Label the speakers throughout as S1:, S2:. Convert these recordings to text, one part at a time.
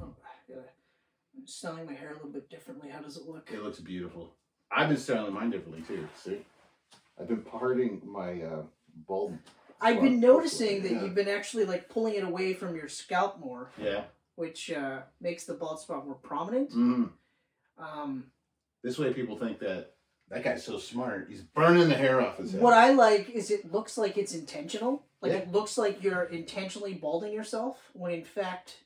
S1: Oh, styling my hair a little bit differently. How does it look?
S2: It looks beautiful. I've been styling mine differently too. See,
S3: I've been parting my uh, bald.
S1: I've been
S3: spot.
S1: noticing that
S3: Yeah.
S1: you've been actually like pulling it away from your scalp more,
S2: yeah.
S1: which uh, makes the bald spot more prominent.
S2: Mm.
S1: Um,
S2: This way, people think that that guy's so smart. He's burning the hair off his head.
S1: what I like is it looks like it's intentional. Like
S2: Yeah.
S1: it looks like you're intentionally balding yourself when in fact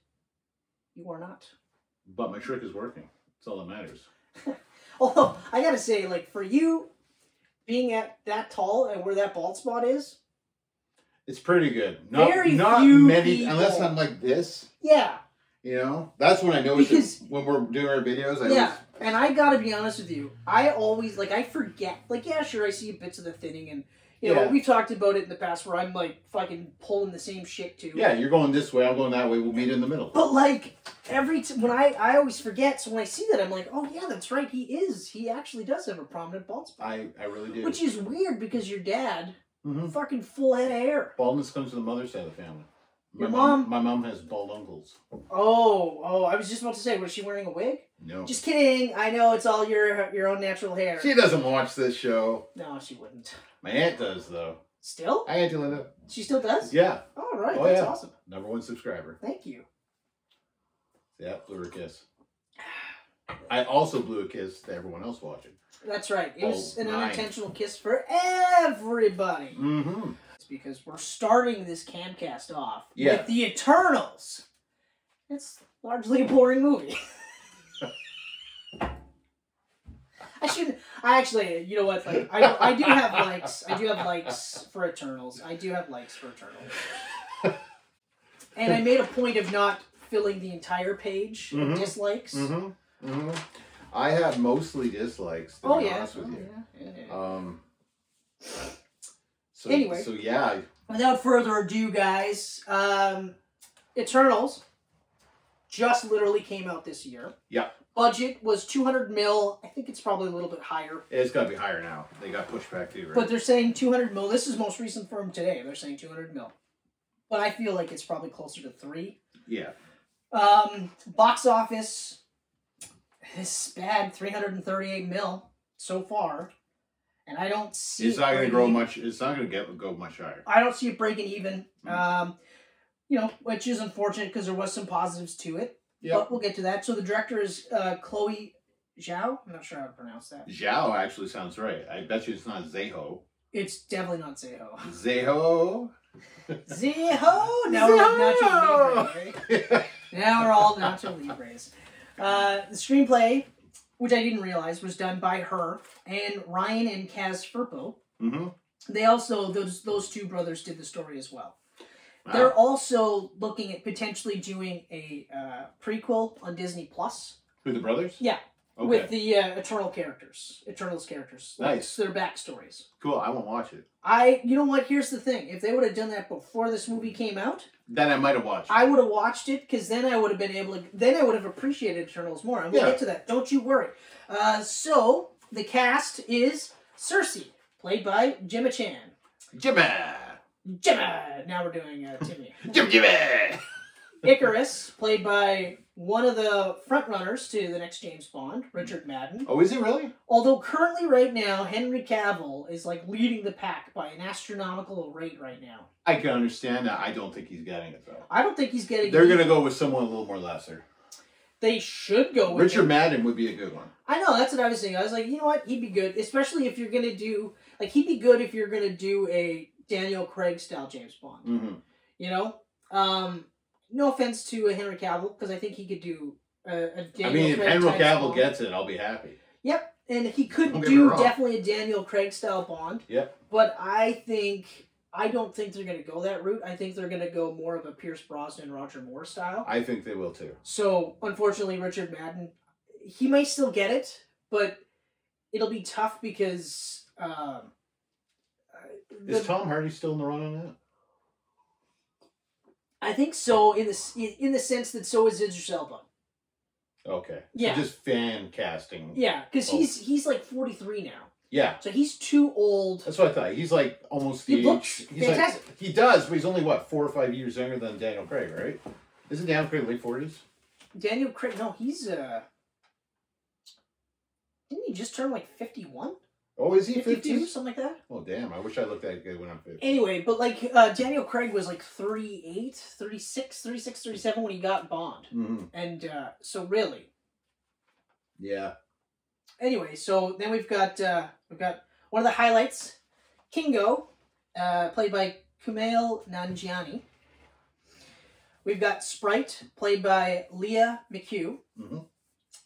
S1: you are not.
S2: but my trick is working. That's all that matters.
S1: Although I gotta say, like for you being at that tall and where that bald spot is,
S2: It's pretty good. Not
S1: Very
S2: not
S1: few
S2: many,
S1: people-
S2: unless I'm like this.
S1: yeah,
S2: You know, that's when I notice it.
S1: Because-
S2: when we're doing our videos. I
S1: yeah. And I gotta be honest with you, I always like I forget. Like yeah, sure, I see bits of the thinning, and you know
S2: Yeah.
S1: we talked about it in the past where I'm like fucking pulling the same shit too.
S2: Always, yeah, you're going this way. I'm going that way. We'll meet in the middle.
S1: But like every t- when I I always forget, so when I see that I'm like, oh yeah, that's right, he is. He actually does have a prominent bald spot,
S2: I I really do.
S1: which is weird because your dad
S2: Mhm.
S1: fucking full head of hair.
S2: Baldness comes to the mother's side of the family. My
S1: Your mom-
S2: My mom has bald uncles.
S1: Oh oh, I was just about to say, was she wearing a wig?
S2: No.
S1: Just kidding. I know it's all your your own natural hair.
S2: She doesn't watch this show.
S1: no, she wouldn't.
S2: My aunt does though.
S1: Still,
S2: Hi, Auntie Linda.
S1: she still does.
S2: Yeah,
S1: All right,
S2: Oh,
S1: that's
S2: yeah.
S1: awesome.
S2: number one subscriber.
S1: Thank you.
S2: Yeah, blew her a kiss. I also blew a kiss to everyone else watching.
S1: That's right. It was
S2: Oh,
S1: an
S2: my.
S1: unintentional kiss for everybody.
S2: Mm-hmm.
S1: It's because we're starting this camcast off
S2: Yeah.
S1: with the Eternals. It's largely a boring movie. I shouldn't. I actually, you know what? Like, I, I do have likes. I do have likes for Eternals. I do have likes for Eternals. And I made a point of not filling the entire page
S2: Mhm.
S1: of dislikes.
S2: Mm-hmm. Mm-hmm. I have mostly dislikes. To
S1: Oh
S2: be
S1: yeah.
S2: Honest
S1: Oh,
S2: with you.
S1: yeah. yeah, yeah.
S2: Um. So,
S1: Anyway.
S2: So yeah.
S1: without further ado, guys, um, Eternals just literally came out this year.
S2: Yeah.
S1: Budget was 200 mil. I think it's probably a little bit higher,
S2: It's got to be higher now. They got pushed back too, right?
S1: but they're saying 200 mil. This is most recent from today. They're saying 200 mil, but I feel like it's probably closer to three.
S2: yeah.
S1: Um, box office is bad. 338 mil so far, and I don't see.
S2: It's
S1: it
S2: not going to
S1: breaking
S2: grow
S1: even.
S2: much. It's not going to get go much higher.
S1: I don't see it breaking even.
S2: Mm.
S1: Um, you know, which is unfortunate because there was some positives to it.
S2: Yeah.
S1: But we'll get to that. So the director is uh, Chloe Zhao. I'm not sure how to pronounce that.
S2: Zhao actually sounds right. I bet you it's not Zeho.
S1: It's definitely not Zeho.
S2: Zeho.
S1: Zeho. Now we're like Nacho Libre. right? Now we're all Nacho Libres. Uh, the screenplay, which I didn't realize, was done by her and Ryan and Kaz Furpo.
S2: mm-hmm.
S1: They also those those two brothers did the story as well. They're
S2: Wow.
S1: also looking at potentially doing a uh, prequel on Disney Plus
S2: Who the brothers?
S1: Yeah.
S2: Okay.
S1: with the uh, Eternal characters, Eternals characters, like,
S2: Nice.
S1: their backstories.
S2: cool. I won't watch it.
S1: I, you know what? Here's the thing: if they would have done that before this movie came out,
S2: Then I might have watched. it.
S1: I would have watched it because then I would have been able to. Then I would have appreciated Eternals more. I'm gonna
S2: Yeah.
S1: get to that. Don't you worry. Uh, so the cast is Cersei, played by Gemma Chan.
S2: Jimmy.
S1: Gemma. Now we're doing uh, Timmy.
S2: Jim Jimmy.
S1: Icarus, played by one of the frontrunners to the next James Bond, Richard Madden.
S2: Oh, is it really?
S1: Although currently, right now, Henry Cavill is like leading the pack by an astronomical rate right now.
S2: I can understand that. I don't think he's getting it though.
S1: I don't think he's getting.
S2: They're gonna go with someone a little more lesser.
S1: They should go with
S2: Richard
S1: him.
S2: Madden would be a good one.
S1: I know that's what I was saying. I was like, you know what? He'd be good, especially if you're gonna do like he'd be good if you're gonna do a Daniel Craig style James Bond.
S2: Mm-hmm.
S1: You know, um, no offense to a Henry Cavill because I think he could do a, a Daniel.
S2: I mean, if
S1: Craig
S2: Henry
S1: type
S2: Cavill
S1: Bond.
S2: gets it, I'll be happy.
S1: Yep, and he could
S2: Don't get me
S1: do
S2: wrong.
S1: definitely a Daniel Craig style Bond.
S2: Yep.
S1: But I think I don't think they're going to go that route. I think they're going to go more of a Pierce Brosnan, Roger Moore style.
S2: I think they will too.
S1: So unfortunately, Richard Madden, he might still get it, but it'll be tough because um, uh, the-
S2: Is Tom Hardy still in the run on that?
S1: I think so in the s- in in the sense that so is Idris Elba.
S2: Okay.
S1: Yeah.
S2: So just fan casting.
S1: Yeah, because
S2: Oh.
S1: he's he's like forty three now,
S2: Yeah,
S1: so he's too old.
S2: That's what I thought. He's like almost the
S1: He
S2: age.
S1: looks
S2: he's like-
S1: fantastic.
S2: he does, but he's only what four or five years younger than Daniel Craig, right? Isn't Daniel Craig late forties?
S1: Daniel Craig, no, he's uh Didn't he just turn like 51?
S2: Oh, is he
S1: 52?
S2: 52?
S1: Something like that?
S2: Oh, damn. I wish I looked that good when I'm 50.
S1: Anyway, but like uh, Daniel Craig was like 38, 36, 36, 37 when he got Bond.
S2: Mm-hmm.
S1: And uh, so really.
S2: Yeah.
S1: Anyway, so then we've got uh, we've got one of the highlights, Kingo, uh, played by Kumail Nanjiani. We've got Sprite, played by Leah McHugh.
S2: Mm-hmm.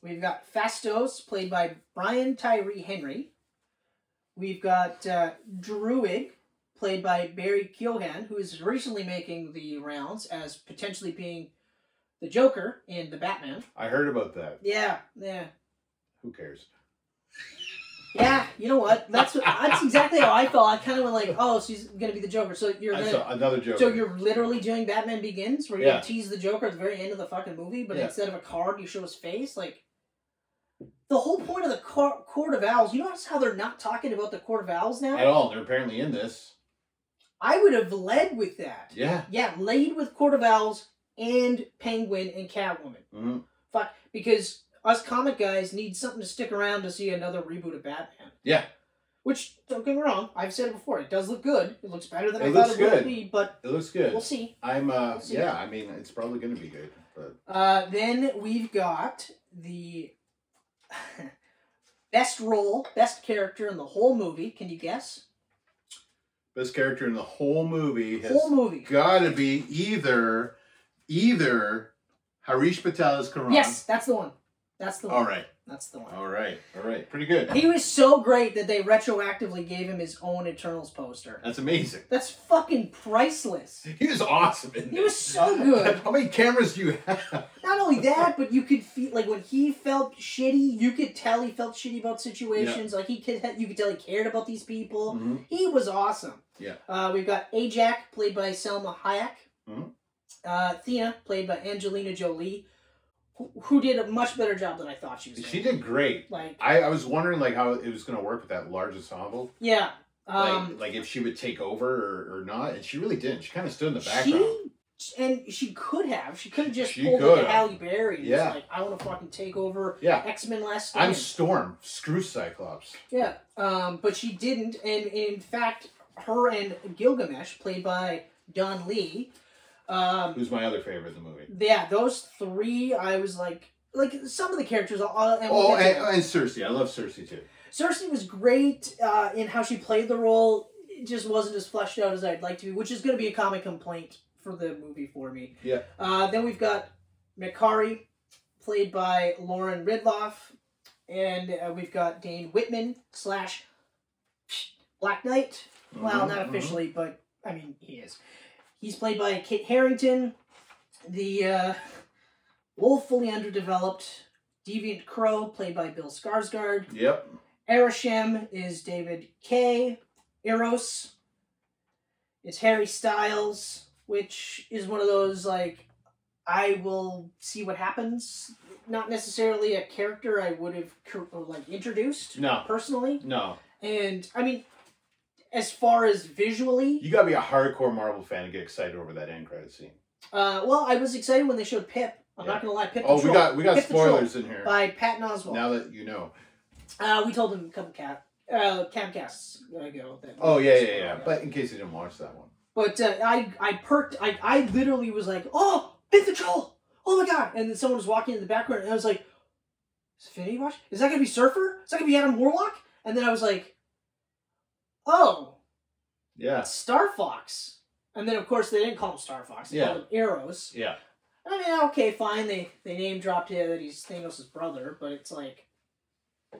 S1: We've got Fastos, played by Brian Tyree Henry. We've got uh, Druid, played by Barry Keoghan, who is recently making the rounds as potentially being the Joker in the Batman.
S2: I heard about that.
S1: Yeah, yeah,
S2: Who cares?
S1: yeah. You know what? That's that's exactly how I felt. I kind of went like, oh, she's gonna be the Joker. So you're
S2: I
S1: gonna.
S2: saw another joke.
S1: So you're literally doing Batman Begins, where you
S2: Yeah.
S1: tease the Joker at the very end of the fucking movie, but
S2: Yeah.
S1: instead of a card, you show his face. Like the whole point of the cor- Court of Owls. You notice how they're not talking about the Court of Owls now.
S2: At all. They're apparently in this.
S1: I would have led with that.
S2: Yeah.
S1: Yeah, laid with Court of Owls and Penguin and Catwoman.
S2: Mm-hmm.
S1: Fuck, because us comic guys need something to stick around to see another reboot of Batman.
S2: Yeah.
S1: Which don't get me wrong, I've said it before. It does look good. It looks better than
S2: It
S1: I thought
S2: looks
S1: it would
S2: good.
S1: be, but
S2: It looks good.
S1: we'll see.
S2: I'm, uh,
S1: We'll see.
S2: yeah, I mean, it's probably going to be good. But
S1: Uh, then we've got the best role, best character in the whole movie. Can you guess?
S2: this character in the whole movie has
S1: whole movie.
S2: got to be either, either Harish Patel is Karan.
S1: Yes, that's the one. That's the one.
S2: All right.
S1: That's the one.
S2: All right. All right. Pretty good.
S1: He was so great that they retroactively gave him his own Eternals poster.
S2: That's amazing.
S1: That's fucking priceless.
S2: He was awesome in
S1: He
S2: this.
S1: was so good.
S2: How many cameras do you have?
S1: Not only that, but you could feel like when he felt shitty, you could tell he felt shitty about situations. Like he could, you could tell he cared about these people. He was awesome.
S2: Mm-hmm. Yeah.
S1: Uh, we've got Ajak, played by Selma Hayek.
S2: Mhm.
S1: Uh, Athena, played by Angelina Jolie, who, who did a much better job than I thought she was.
S2: She
S1: gonna.
S2: did great.
S1: Like,
S2: I, I was wondering like how it was going to work with that large ensemble,
S1: yeah.
S2: like,
S1: Um,
S2: like if she would take over or, or not, and she really didn't. She kind of stood in the background.
S1: she and she could have. She could have just
S2: She
S1: pulled like
S2: could've.
S1: a Halle Berry. and was
S2: Yeah.
S1: Like I want to fucking take over
S2: Yeah.
S1: X Men last.
S2: I'm
S1: Stand.
S2: Storm. Screw Cyclops.
S1: Yeah, um, but she didn't, and in fact, her and Gilgamesh, played by Don Lee, um,
S2: Who's my other favorite in the movie?
S1: yeah, those three, I was like, like some of the characters. I'll, I'll- and we'll
S2: Oh,
S1: get
S2: and,
S1: to them.
S2: and Cersei. I love Cersei too.
S1: Cersei was great uh, in how she played the role. It just wasn't as fleshed out as I'd like to be, which is going to be a common complaint for the movie for me.
S2: Yeah.
S1: Uh, then we've got Makari, played by Lauren Ridloff, and uh, we've got Dane Whitman slash Black Knight. Well,
S2: Mhm,
S1: not
S2: mhm.
S1: officially, but I mean, he is. He's played by Kit Harrington, the uh, woefully underdeveloped Deviant Crow, played by Bill Skarsgård.
S2: Yep.
S1: Arishem is David K. Eros is Harry Styles, which is one of those like I will see what happens. Not necessarily a character I would have cr- or, like introduced
S2: No.
S1: personally,
S2: No.
S1: and I mean, as far as visually,
S2: You gotta be a hardcore Marvel fan to get excited over that end credit scene.
S1: uh, well, I was excited when they showed Pip. I'm
S2: Yeah.
S1: not gonna lie, Pip. the
S2: Oh, we
S1: Troll-
S2: got we got
S1: Pip the Troll
S2: spoilers in here.
S1: by Patton Oswalt.
S2: Now that you know.
S1: Uh, we told him come cat. Uh, Camcasts ago. that-
S2: Oh yeah, yeah, yeah. But in case you didn't watch that one.
S1: But uh, I, I perked. I, I literally was like, "Oh, Bit the troll! Oh my god!" And then someone was walking in the background, and I was like, "Is Infinity Watch? Is that gonna be Surfer? Is that gonna be Adam Warlock?" And then I was like, "Oh,
S2: Yeah.
S1: Star Fox." And then of course they didn't call him Star Fox. They
S2: Yeah.
S1: called him Arrows.
S2: Yeah.
S1: I mean, okay, fine. They they name dropped him that he's Thanos' brother, but it's like,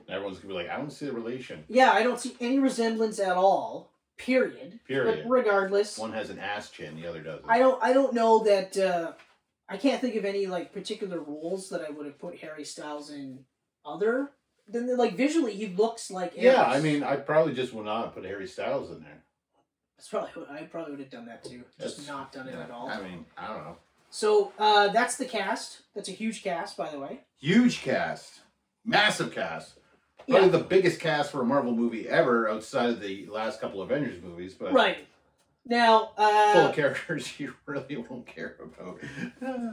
S2: Everyone's gonna be like, I don't see the relation.
S1: yeah, I don't see any resemblance at all. Period.
S2: Period.
S1: But regardless,
S2: One has an ass chin, the other doesn't.
S1: I don't I don't know that uh, I can't think of any like particular roles that I would have put Harry Styles in other than like visually he looks like
S2: yeah,
S1: Ares.
S2: I mean, I probably just would not have put Harry Styles in there.
S1: that's probably what- I probably would have done that too just
S2: That's-
S1: not done it
S2: Yeah,
S1: at all
S2: I mean, I don't know.
S1: so uh, that's the cast that's a huge cast by the way
S2: Huge cast, massive cast. Probably
S1: Yeah.
S2: the biggest cast for a Marvel movie ever, outside of the last couple Avengers movies. But
S1: right now
S2: full
S1: uh,
S2: of characters you really won't care about.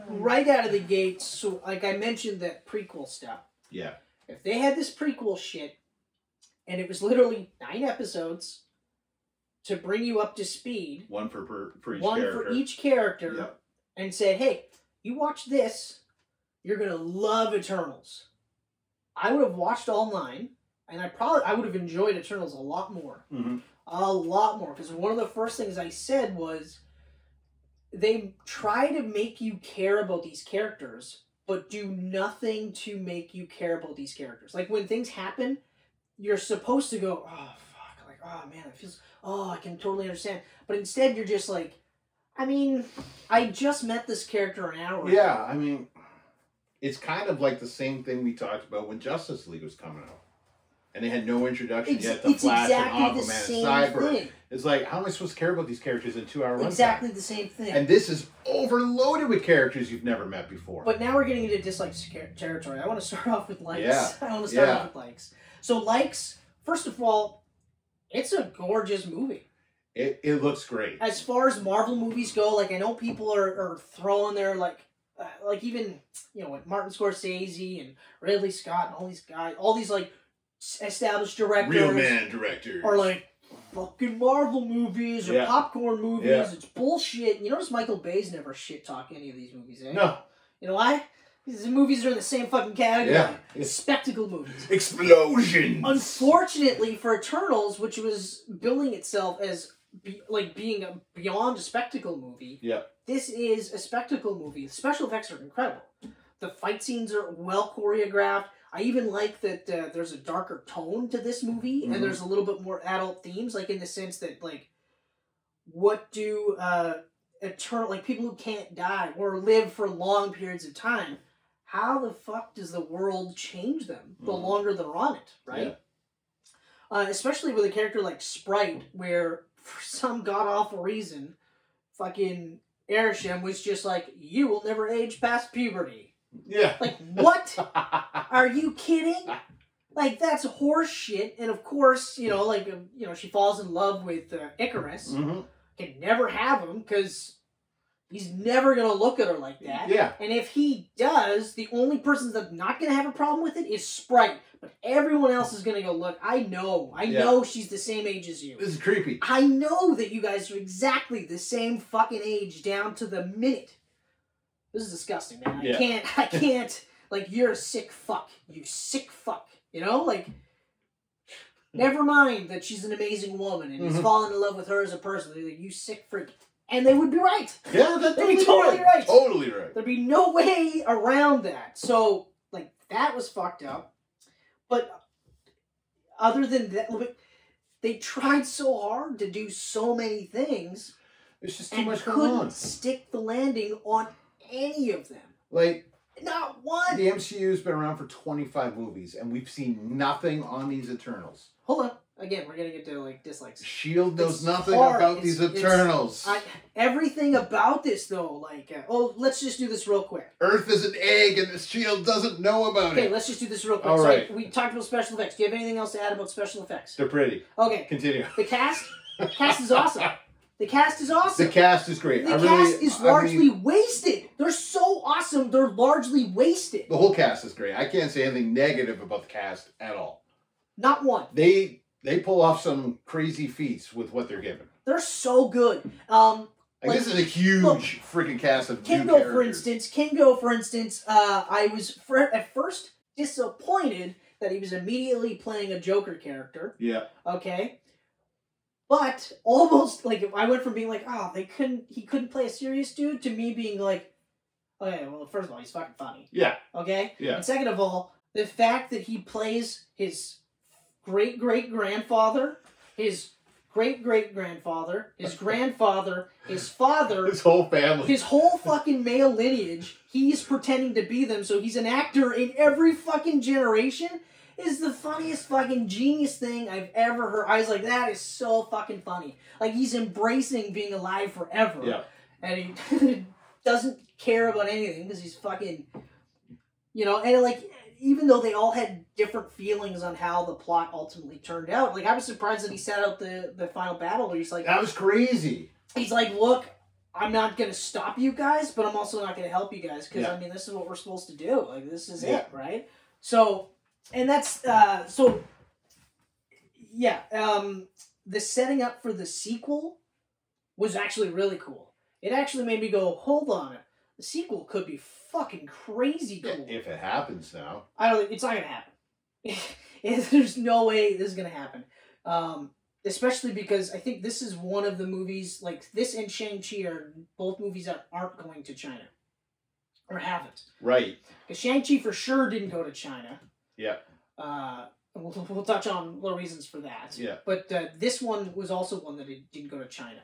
S1: right out of the gate so like I mentioned that prequel stuff
S2: yeah,
S1: if they had this prequel shit, and it was literally nine episodes to bring you up to speed,
S2: One for per, for each
S1: one
S2: character.
S1: for each character,
S2: Yep.
S1: and said, "Hey, you watch this, you're gonna love Eternals." I would have watched all nine, and I probably I would have enjoyed Eternals a lot more.
S2: Mhm.
S1: A lot more. Because one of the first things I said was they try to make you care about these characters, but do nothing to make you care about these characters. Like when things happen, you're supposed to go, oh, fuck. Like, oh, man, it feels, oh, I can totally understand. But instead, you're just like, I mean, I just met this character an hour ago.
S2: Yeah, I mean, it's kind of like the same thing we talked about when Justice League was coming out, and they had no introduction
S1: It's,
S2: yet to
S1: it's
S2: Flash
S1: exactly
S2: and
S1: the
S2: Aquaman
S1: same
S2: and Cyber.
S1: thing.
S2: It's like, how am I supposed to care about these characters in two hour runtime?
S1: Exactly the same thing.
S2: And this is overloaded with characters you've never met before.
S1: But now we're getting into dislike ter- territory. I want to start off with likes.
S2: Yeah.
S1: I want to start
S2: Yeah.
S1: off with likes. So likes, first of all, it's a gorgeous movie.
S2: it, it looks great.
S1: As far as Marvel movies go, like I know people are, are throwing their like, uh, like even you know like Martin Scorsese and Ridley Scott and all these guys, all these like s- established directors
S2: Real man directors.
S1: are like fucking Marvel movies or
S2: Yeah.
S1: popcorn movies.
S2: Yeah.
S1: It's bullshit. You notice Michael Bay's never shit talk any of these movies, eh?
S2: no.
S1: You know why? Because the movies are in the same fucking category.
S2: Yeah.
S1: Spectacle movies.
S2: Explosions!
S1: Unfortunately for Eternals, which was billing itself as be, like being a beyond a spectacle movie,
S2: Yeah.
S1: this is a spectacle movie. Special effects are incredible. The fight scenes are well choreographed. I even like that uh, there's a darker tone to this movie,
S2: Mhm.
S1: and there's a little bit more adult themes, like in the sense that like, what do uh, eternal like people who can't die or live for long periods of time? How the fuck does the world change them the
S2: Mhm.
S1: longer they're on it, right?
S2: Yeah.
S1: Uh, especially with a character like Sprite, where for some god awful reason, fucking Ereshkigal was just like, "You will never age past puberty."
S2: Yeah. Mm-hmm.
S1: Like, what? Are you kidding? Like, that's horse shit. And of course, you know, like, um, you know, she falls in love with uh, Icarus.
S2: hmm
S1: Can never have him because he's never gonna look at her like that.
S2: Yeah.
S1: And if he does, the only person that's not going to have a problem with it is Sprite. But everyone else is going to go, look, I know. I
S2: Yeah.
S1: know she's the same age as you.
S2: This is creepy.
S1: I know that you guys are exactly the same fucking age down to the minute. This is disgusting, man. I
S2: Yeah.
S1: can't, I can't. like, you're a sick fuck. You sick fuck. You know? Like,
S2: Hmm.
S1: never mind that she's an amazing woman and he's
S2: Mhm.
S1: fallen in love with her as a person. They're like, you sick freak. And they would be right.
S2: Yeah, that's
S1: They'd be totally right.
S2: Totally right.
S1: There'd be no way around that. So, like, that was fucked up. But other than that, like, they tried so hard to do so many things
S2: There's just too
S1: and
S2: much going
S1: couldn't
S2: on.
S1: stick the landing on any of them.
S2: Like,
S1: Not one.
S2: the MCU's been around for 25 movies, and we've seen nothing on these Eternals.
S1: Hold on. Again, we're gonna get to like dislikes.
S2: Shield E knows
S1: It's
S2: nothing
S1: hard.
S2: about
S1: It's-
S2: these
S1: it's-
S2: Eternals.
S1: I, everything about this though, like, uh, oh, let's just do this real quick.
S2: Earth is an egg, and the Shield E doesn't know about
S1: Okay,
S2: it.
S1: let's just do this real quick.
S2: All
S1: So,
S2: right.
S1: we talked about special effects. Do you have anything else to add about special effects?
S2: They're pretty.
S1: Okay.
S2: Continue.
S1: The cast, the cast is awesome. The cast is awesome.
S2: The cast is great.
S1: The
S2: I really,
S1: cast is
S2: I mean,
S1: largely wasted. They're so awesome. They're largely wasted.
S2: the whole cast is great. I can't say anything negative about the cast at all.
S1: Not one.
S2: They they pull off some crazy feats with what they're given.
S1: They're so good. Um,
S2: Like, this is a huge
S1: Look,
S2: freaking cast of new
S1: Kingo, for
S2: characters.
S1: instance. Kingo, for instance. Uh, I was fr- at first disappointed that he was immediately playing a Joker character.
S2: Yeah.
S1: okay but almost like i went from being like oh they couldn't he couldn't play a serious dude to me being like okay well first of all he's fucking funny
S2: Yeah.
S1: okay
S2: Yeah.
S1: and second of all the fact that he plays his great great grandfather his great great grandfather his grandfather his father
S2: His whole family.
S1: his whole fucking male lineage, he's pretending to be them, so he's an actor in every fucking generation. Is the funniest fucking genius thing I've ever heard. I was like, that is so fucking funny. Like he's embracing being alive forever.
S2: Yeah.
S1: And he doesn't care about anything because he's fucking you know, and like even though they all had different feelings on how the plot ultimately turned out, like I was surprised that he set out the the final battle where he's like
S2: That was crazy.
S1: he's like, look, I'm not gonna stop you guys, but I'm also not gonna help you guys because
S2: Yeah.
S1: I mean, this is what we're supposed to do. Like, this is
S2: Yeah.
S1: it, right? So and that's uh, so. Yeah, um, the setting up for the sequel was actually really cool. It actually made me go, hold on, the sequel could be fucking crazy
S2: Yeah,
S1: cool.
S2: if it happens now.
S1: I don't. It's not gonna happen. It- There's no way this is gonna happen. Um, especially because I think this is one of the movies like this and Shang Chi are both movies that aren't going to China or haven't.
S2: Right.
S1: Because Shang Chi for sure didn't go to China.
S2: Yeah.
S1: Uh, we'll, we'll touch on more reasons for that.
S2: Yeah.
S1: But uh, this one was also one that it didn't go to China,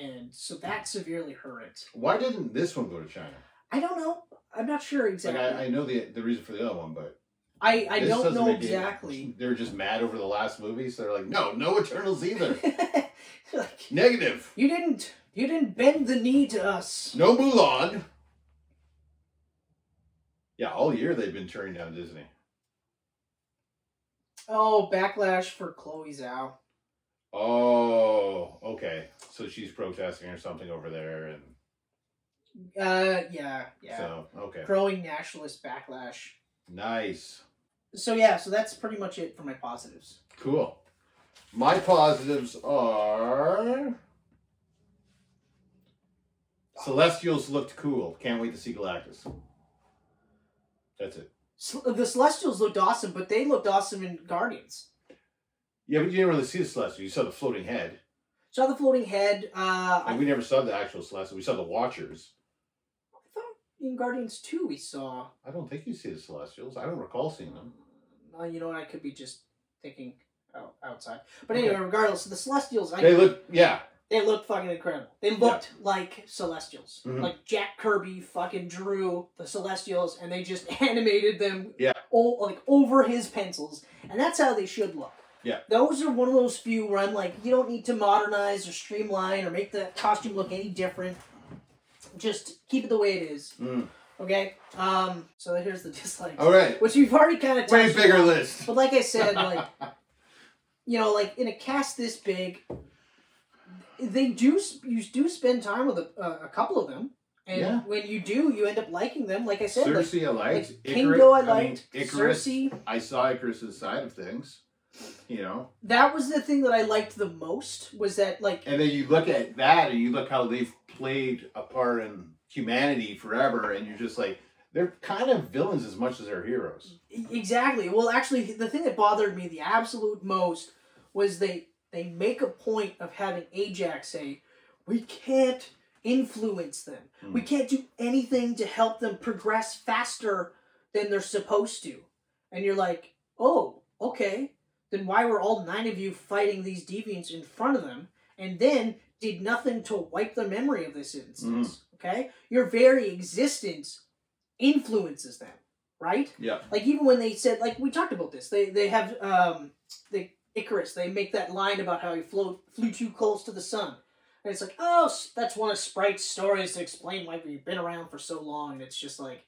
S1: and so that severely hurt it.
S2: Why didn't this one go to China?
S1: I don't know. I'm not sure
S2: Like
S1: exactly.
S2: I, I know the the reason for the other one, but
S1: I, I
S2: this
S1: don't
S2: doesn't
S1: know
S2: make any-
S1: exactly.
S2: They were just mad over the last movie, so they're like, no, no Eternals either.
S1: like
S2: Negative.
S1: you didn't you didn't bend the knee to us.
S2: No Mulan. Yeah, all year they've been turning down Disney.
S1: Oh, backlash for Chloe Zhao.
S2: Oh, okay. So she's protesting or something over there, and
S1: Uh, yeah, yeah.
S2: so okay,
S1: Growing nationalist backlash.
S2: nice,
S1: So yeah, so that's pretty much it for my positives.
S2: cool. My positives are Celestials looked cool. Can't wait to see Galactus. That's it.
S1: Cel- The Celestials looked awesome, but they looked awesome in Guardians.
S2: Yeah, but you didn't really see the Celestial. You saw the floating head,
S1: Saw the floating head. Uh, I
S2: and we never saw the actual Celestial. We saw the Watchers.
S1: thought in Guardians two we saw.
S2: I don't think you see the Celestials. I don't recall seeing them.
S1: Uh, you know what? I could be just thinking out, outside. But anyway, regardless, the Celestials. I,
S2: They look, yeah,
S1: They looked fucking incredible. They looked like Celestials.
S2: Mhm.
S1: Like Jack Kirby fucking drew the Celestials and they just animated them
S2: Yeah.
S1: o- like over his pencils. And that's how they should look.
S2: Yeah.
S1: Those are one of those few where I'm like, you don't need to modernize or streamline or make the costume look any different. Just keep it the way it is.
S2: Mm.
S1: Okay? Um, so here's the dislikes.
S2: All right.
S1: Which we've already kind of
S2: Way bigger list.
S1: but like I said, like you know, like in a cast this big, they do sp- you do spend time with a, a, a couple of them, and
S2: Yeah.
S1: when you do, you end up liking them. Like I said, like,
S2: Cersei I
S1: like
S2: liked. Icarus,
S1: Kingo, I
S2: mean,
S1: liked
S2: Icarus.
S1: Cersei.
S2: I saw Icarus's side of things, you know.
S1: That was the thing that I liked the most was that like
S2: And then you look at that, and you look how they've played a part in humanity forever, and you're just like, they're kind of villains as much as they're heroes.
S1: e- exactly. Well, actually, the thing that bothered me the absolute most was they they make a point of having Ajax say, "We can't influence them. We can't do anything to help them progress faster than they're supposed to." And you're like, "Oh, okay. Then why were all nine of you fighting these deviants in front of them, and then did nothing to wipe the memory of this instance? Okay, your very existence influences them, right?"
S2: Yeah.
S1: like even when they said like we talked about this they they have um the icarus they make that line about how he flew flew too close to the sun and it's like oh s- that's one of sprite's stories to explain why we've been around for so long and it's just like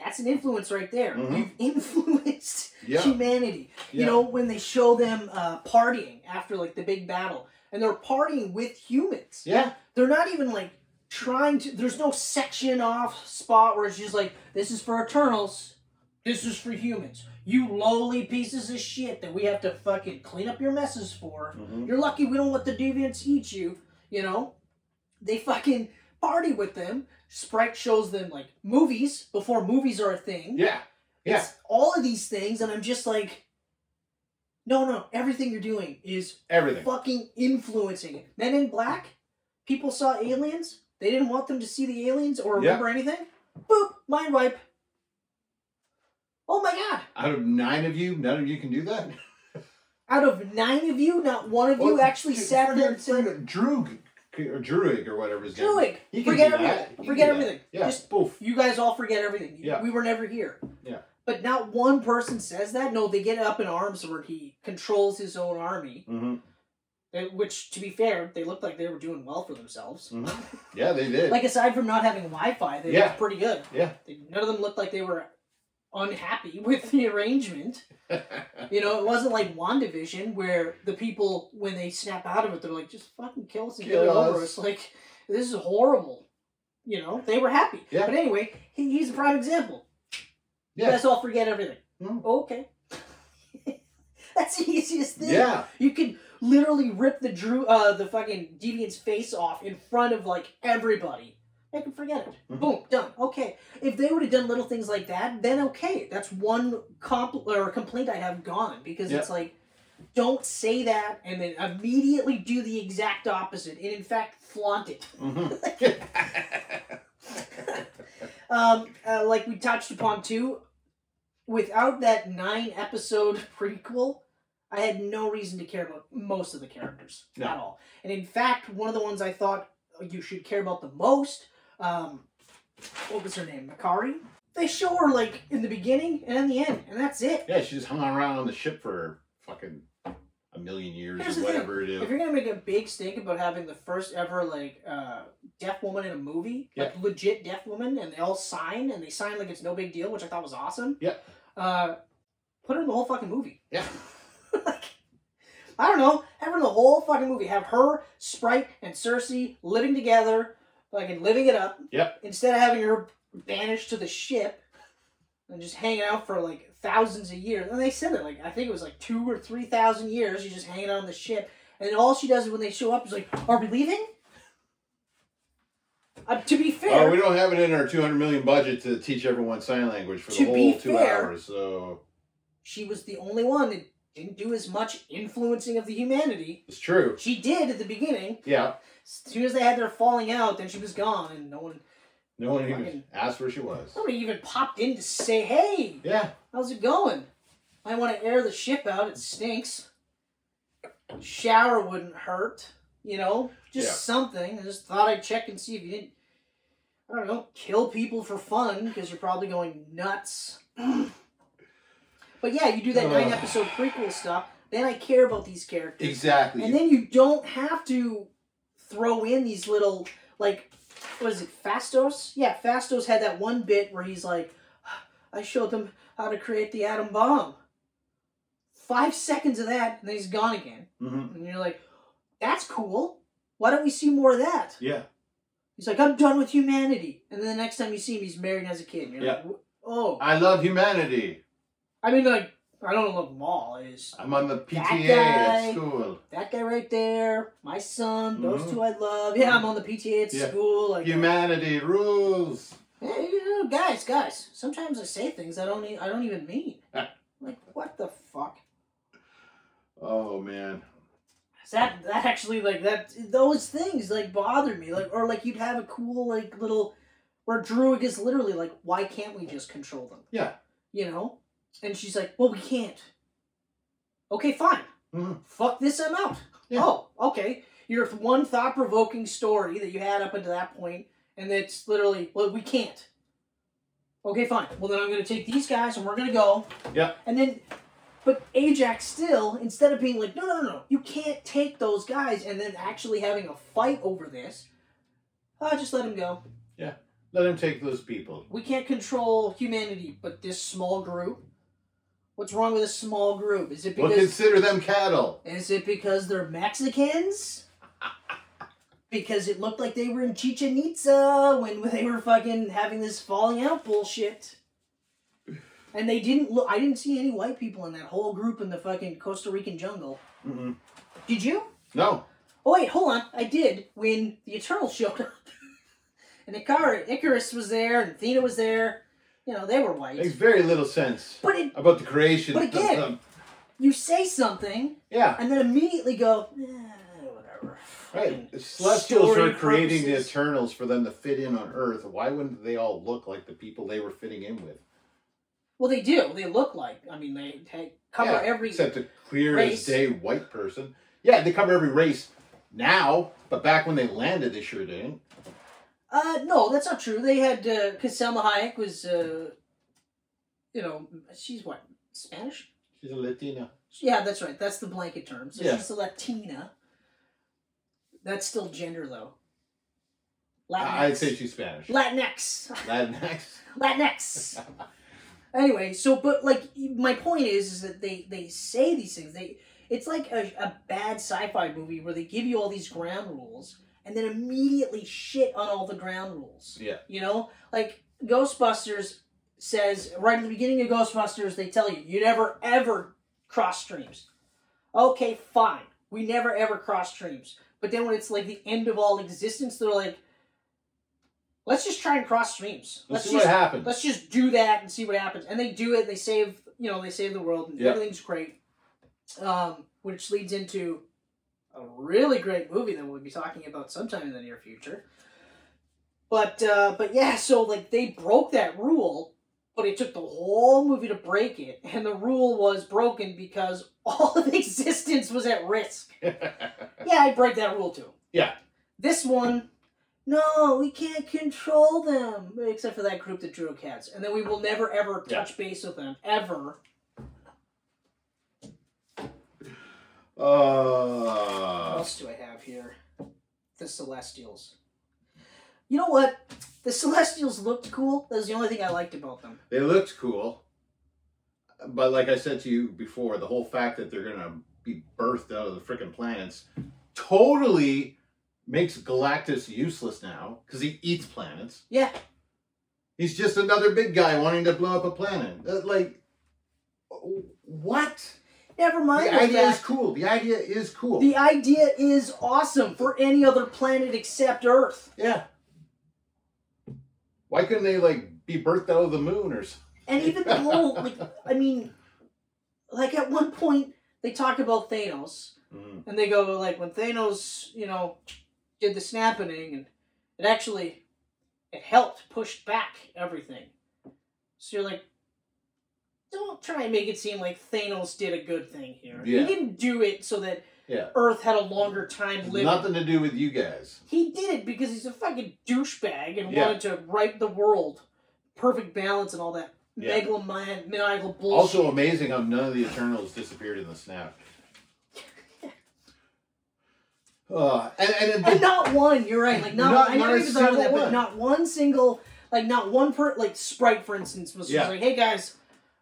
S1: that's an influence right there
S2: Mhm.
S1: you've influenced
S2: Yeah.
S1: humanity
S2: yeah.
S1: you know when they show them uh, partying after like the big battle and they're partying with humans
S2: Yeah.
S1: they're not even like trying to there's no section off spot where it's just like this is for eternals this is for humans you lowly pieces of shit that we have to fucking clean up your messes for
S2: Mhm.
S1: you're lucky we don't let the deviants eat you you know they fucking party with them sprite shows them like movies before movies are a thing
S2: Yeah. Yeah.
S1: It's all of these things and i'm just like no no everything you're doing is
S2: Everything.
S1: fucking influencing it. Men in Black, people saw aliens. They didn't want them to see the aliens or
S2: Yeah.
S1: remember anything. Boop, mind wipe. Oh my god!
S2: Out of nine of you, none of you can do that.
S1: Out of nine of you, not one of you
S2: Well,
S1: actually
S2: dude,
S1: sat there
S2: forget-
S1: and said,
S2: forget Droog or Druig or whatever his name.
S1: "Druid,
S2: He can
S1: forget
S2: do that. He
S1: everything.
S2: can
S1: Forget
S2: do that.
S1: everything.
S2: Yeah.
S1: Just
S2: Poof.
S1: you guys all forget everything. You-
S2: Yeah.
S1: We were never here."
S2: Yeah.
S1: But not one person says that. No, they get up in arms where he controls his own army.
S2: hmm
S1: eh, Which, to be fair, they looked like they were doing well for themselves.
S2: Yeah, they did.
S1: Like aside from not having Wi-Fi, they
S2: Yeah.
S1: looked pretty good.
S2: Yeah.
S1: They, none of them looked like they were unhappy with the arrangement. You know, it wasn't like WandaVision where the people when they snap out of it, they're like, just fucking kill us and get it
S2: Kill
S1: over us.
S2: us.
S1: Like this is horrible. You know, they were happy.
S2: Yeah.
S1: But anyway, he, he's a prime example.
S2: Yeah.
S1: You guys all forget everything.
S2: Hmm.
S1: Okay. That's the easiest thing.
S2: Yeah.
S1: You could literally rip the Drew, uh, the fucking deviant's face off in front of like everybody. They can forget it.
S2: Mhm.
S1: Boom, done. Okay. If they would have done little things like that, then okay. That's one comp or complaint I have gone because it's like, don't say that and then immediately do the exact opposite and in fact flaunt it.
S2: Mm-hmm.
S1: Um, uh, like we touched upon too, without that nine episode prequel, I had no reason to care about most of the characters
S2: No.
S1: at all. And in fact, one of the ones I thought you should care about the most, um, what was her name? Makari? They show her like in the beginning and in the end, and that's it.
S2: Yeah, she just hung around on the ship for fucking a million years
S1: Here's the
S2: or
S1: thing.
S2: whatever it
S1: If
S2: is.
S1: you're gonna make a big stink about having the first ever like uh, deaf woman in a movie, like legit deaf woman, and they all sign and they sign like it's no big deal, which I thought was awesome.
S2: Yeah.
S1: Uh, put her in the whole fucking movie.
S2: Yeah.
S1: like, I don't know. Have her in the whole fucking movie. Have her, Sprite, and Cersei living together, fucking living it up.
S2: Yep.
S1: Instead of having her banished to the ship and just hanging out for like thousands of years. And they said it like I think it was like two or three thousand years. She's just hanging out on the ship, and then all she does is when they show up is like, "Are we leaving?" Uh, to be fair,
S2: Uh, we don't have it in our 200 million budget to teach everyone sign language for
S1: To
S2: the
S1: be
S2: whole two
S1: fair-
S2: hours. So
S1: she was the only one that didn't do as much influencing of the humanity.
S2: it's true.
S1: She did at the beginning.
S2: Yeah.
S1: As soon as they had their falling out, then she was gone, and no one,
S2: No one even
S1: Fucking- Oh.
S2: asked where she was.
S1: nobody even popped in to say, "Hey,
S2: Yeah.
S1: How's it going? I want to air the ship out. It stinks. Shower wouldn't hurt, you know. Just
S2: Yeah.
S1: something. I just thought I'd check and see if you didn't. I don't know. Kill people for fun because you're probably going nuts. but yeah, you do that nine
S2: Ugh.
S1: episode prequel stuff. Then I care about these characters.
S2: Exactly.
S1: And then you don't have to throw in these little like what is it, Fastos? Yeah, Fastos had that one bit where he's like, I showed them how to create the atom bomb. Five seconds of that, and then he's gone again.
S2: hmm
S1: And you're like, That's cool. Why don't we see more of that?
S2: Yeah.
S1: He's like, I'm done with humanity. And then the next time you see him, he's married and has a kid. And you're
S2: Yeah.
S1: like, "Wh- Oh.
S2: I love humanity.
S1: I mean, like, I don't love them all. Is
S2: I'm on the PTA
S1: guy.
S2: at school.
S1: that guy right there, my son, those
S2: Mhm.
S1: two I love. Yeah, I'm on the PTA at
S2: Yeah.
S1: school. Like,
S2: Humanity rules.
S1: Hey, you know, guys, guys. Sometimes I say things I don't. E- I don't even mean. like, what the fuck?
S2: Oh man.
S1: Is That that actually like that. Those things like bothered me. Like, or like you'd have a cool like little where Druid is literally like, why can't we just control them?
S2: Yeah.
S1: You know, and she's like, well, we can't. Okay, fine.
S2: Mhm.
S1: Fuck this, I'm out.
S2: Yeah.
S1: Oh, okay. Your one thought provoking story that you had up until that point, and it's literally, well, we can't. Okay, fine. Well, then I'm going to take these guys and we're going to go.
S2: Yeah.
S1: And then, but Ajax still, instead of being like, no, no, no, no, you can't take those guys, and then actually having a fight over this, oh, just let him go.
S2: Let him take those people.
S1: We can't control humanity, but this small group. What's wrong with a small group? Is it
S2: We'll
S1: because
S2: consider them cattle.
S1: is it because they're Mexicans? Because it looked like they were in Chichen Itza when they were fucking having this falling out bullshit. And they didn't look. I didn't see any white people in that whole group in the fucking Costa Rican jungle.
S2: Mm-mm.
S1: Did you?
S2: No.
S1: Oh wait, hold on. I did when the Eternal showed up, and Icar- Icarus was there, and Athena was there. You know they were
S2: Makes
S1: white.
S2: very little sense
S1: But it,
S2: about the creation.
S1: But
S2: of
S1: again-
S2: them.
S1: you say something,
S2: yeah.
S1: and then immediately go, eh, whatever.
S2: Right.
S1: Fucking
S2: If Celestials
S1: story
S2: are creating
S1: purposes.
S2: the Eternals for them to fit in on Earth, why wouldn't they all look like the people they were fitting in with?
S1: Well, they do. They look like. I mean, they, they cover
S2: Yeah,
S1: every.
S2: Except a clear
S1: race.
S2: as day white person. Yeah, they cover every race now, but back when they landed, they sure didn't.
S1: Uh, no, that's not true. They had because Selma Hayek was, uh, you know, she's what Spanish.
S2: She's a Latina.
S1: Yeah, that's right. That's the blanket term. So
S2: Yeah.
S1: she's a Latina. That's still gender though. Latinx.
S2: I- I'd say she's Spanish.
S1: Latinx.
S2: Latinx.
S1: Latinx. anyway, so but like my point is, is that they they say these things. They it's like a, a bad sci-fi movie where they give you all these ground rules and then immediately shit on all the ground rules.
S2: Yeah.
S1: You know, like Ghostbusters says right at the beginning of Ghostbusters, they tell you you never ever cross streams. Okay, fine. We never ever cross streams. But then when it's like the end of all existence, they're like, let's just try and cross streams.
S2: Let's, see
S1: just
S2: what happens.
S1: let's just do that and see what happens. And they do it. They save, you know, they save the world, and
S2: Yeah.
S1: everything's great. Um, which leads into a really great movie that we'll be talking about sometime in the near future. But uh, but yeah, so like they broke that rule, but it took the whole movie to break it, and the rule was broken because all of existence was at risk yeah, I break that rule too.
S2: Yeah.
S1: This one, no, we can't control them except for that group that drew cats, and then we will never ever
S2: Yeah.
S1: touch base with them ever. What
S2: uh,
S1: else do I have here? The Celestials. You know what? The Celestials looked cool. That was the only thing I liked about them.
S2: they looked cool, but like I said to you before, the whole fact that they're gonna be birthed out of the freaking planets totally makes Galactus useless now because he eats planets.
S1: Yeah.
S2: He's just another big guy wanting to blow up a planet. That, like, what?
S1: Never
S2: The
S1: mind. The
S2: idea is
S1: idea,
S2: cool. The idea is cool.
S1: the idea is awesome for any other planet except Earth.
S2: yeah. Why couldn't they like be birthed out of the moon or something?
S1: And even the whole, like, I mean, like at one point they talk about Thanos, and they go like when Thanos, you know, did the snapping, and it actually it helped push back everything. So you're like, don't try and make it seem like Thanos did a good thing here.
S2: Yeah.
S1: He didn't do it so that
S2: Yeah.
S1: Earth had a longer time living.
S2: Nothing to do with you guys.
S1: He did it because he's a fucking douchebag and
S2: Yeah.
S1: wanted to right the world, perfect balance and all that
S2: Yeah.
S1: megalomaniacal bullshit.
S2: Also amazing how none of the Eternals disappeared in the snap. Uh, and and, it-
S1: And not one. You're right. Like not,
S2: Not-
S1: I never
S2: not a
S1: even thought of
S2: single
S1: that, but
S2: one.
S1: not one single, like not one per, like Sprite, for instance, was just
S2: Yeah.
S1: like, "Hey guys,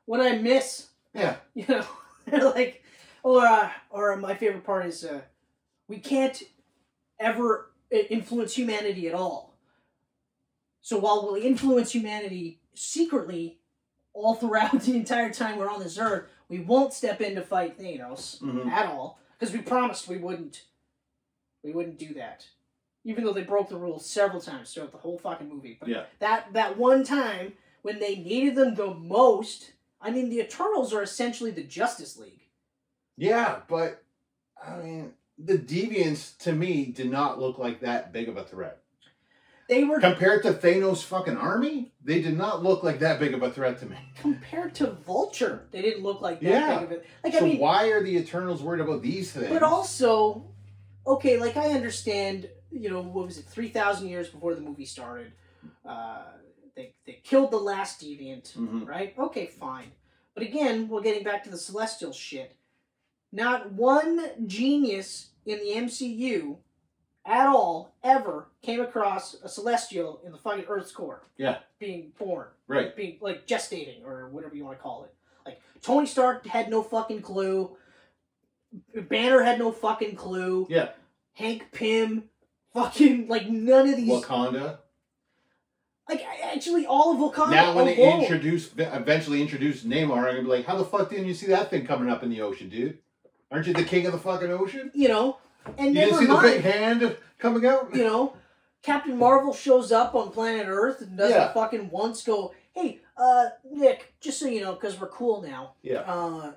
S1: what did I miss?"
S2: yeah,
S1: You know, like, or uh, or my favorite part is, uh, we can't ever i- influence humanity at all. So while we influence humanity secretly, all throughout the entire time we're on this earth, we won't step in to fight Thanos
S2: mhm.
S1: at all because we promised we wouldn't we wouldn't do that even though they broke the rules several times throughout the whole fucking movie but
S2: Yeah.
S1: that that one time when they needed them the most i mean the eternals are essentially the justice league
S2: yeah, but I mean, the Deviants to me did not look like that big of a threat
S1: they were
S2: compared to Thanos' fucking army. They did not look like that big of a threat to me.
S1: compared to vulture they didn't look like that
S2: Yeah.
S1: big of it like
S2: so
S1: i mean
S2: why are the Eternals worried about these things?
S1: but also okay like i understand you know what was it 3000 years before the movie started uh, they, they killed the last deviant
S2: Mhm.
S1: right? Okay, fine. But again, we're getting back to the celestial shit. Not one genius in the MCU at all ever came across a celestial in the fucking Earth's core.
S2: Yeah.
S1: Being born,
S2: right?
S1: being like gestating or whatever you want to call it. Like Tony Stark had no fucking clue. Banner had no fucking clue.
S2: Yeah.
S1: Hank Pym, fucking like none of these.
S2: Wakanda.
S1: Like actually, all of Wakanda.
S2: Now, when they
S1: alone.
S2: introduce, eventually introduce Neymar, I'm gonna be like, "How the fuck didn't you see that thing coming up in the ocean, dude? Aren't you the king of the fucking ocean?
S1: you know, and
S2: You didn't
S1: never
S2: see the
S1: mind,
S2: big hand coming out?
S1: you know, Captain Marvel shows up on planet Earth and doesn't
S2: Yeah.
S1: fucking once go, hey, uh, Nick, just so you know, because we're cool now,
S2: Yeah,
S1: uh,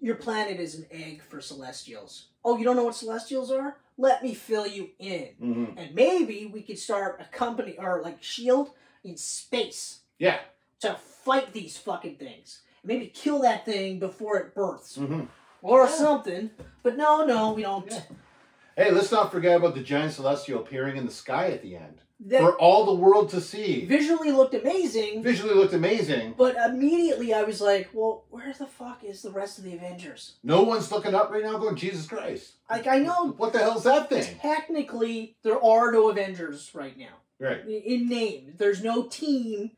S1: your planet is an egg for Celestials. Oh, you don't know what Celestials are? Let me fill you in,
S2: hmm
S1: and maybe we could start a company or like Shield in space
S2: yeah,
S1: to fight these fucking things. Maybe kill that thing before it births
S2: hmm
S1: or
S2: Yeah.
S1: something. But no, no, we don't.
S2: Yeah. Hey, let's not forget about the giant celestial appearing in the sky at the end
S1: That-
S2: for all the world to see.
S1: visually looked amazing,
S2: Visually looked amazing.
S1: but immediately I was like, well, where the fuck is the rest of the Avengers?
S2: No one's looking up right now, going, "Jesus Christ,
S1: Like, I know
S2: what the hell's that thing?"
S1: technically there are no Avengers right now
S2: Right,
S1: i- in name. There's no team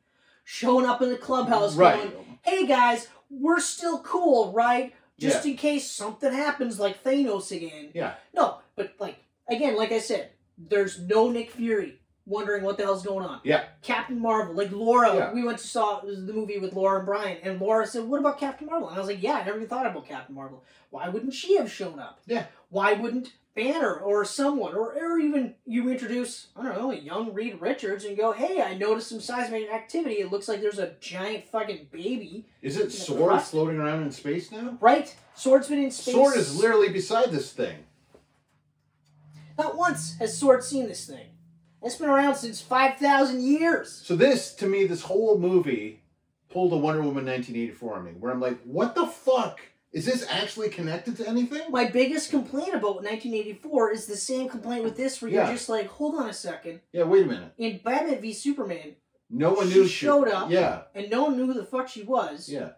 S1: showing up in the clubhouse
S2: right.
S1: going, hey guys, we're still cool, right? Just in case something happens like Thanos again.
S2: Yeah.
S1: No, but like, again, like I said, there's no Nick Fury, wondering what the hell's going on.
S2: Yeah.
S1: Captain Marvel, like Laura,
S2: Yeah.
S1: we went to saw the movie with Laura and Brian, and Laura said, "What about Captain Marvel?" And I was like, "Yeah, I never even thought about Captain Marvel. Why wouldn't she have shown up?
S2: Yeah.
S1: Why wouldn't Banner or someone or, or even you introduce I don't know a young Reed Richards and go, "Hey, I noticed some seismic activity. It looks like there's a giant fucking baby."
S2: Is it
S1: Yeah,
S2: sword
S1: right.
S2: floating around in space now?
S1: Right? Sword's been in space.
S2: Sword is literally beside this thing.
S1: Not once has Sword seen this thing. It's been around since 5,000 years.
S2: So this, to me, this whole movie pulled a Wonder Woman 1984 on me, where I'm like, what the fuck? Is this actually connected to anything?
S1: My biggest complaint about 1984 is the same complaint with this, where
S2: Yeah.
S1: you're just like, hold on a second.
S2: Yeah, wait a minute.
S1: In Batman v Superman,
S2: No one
S1: She
S2: knew
S1: showed up.
S2: Yeah,
S1: and no one knew who the fuck she was.
S2: yeah.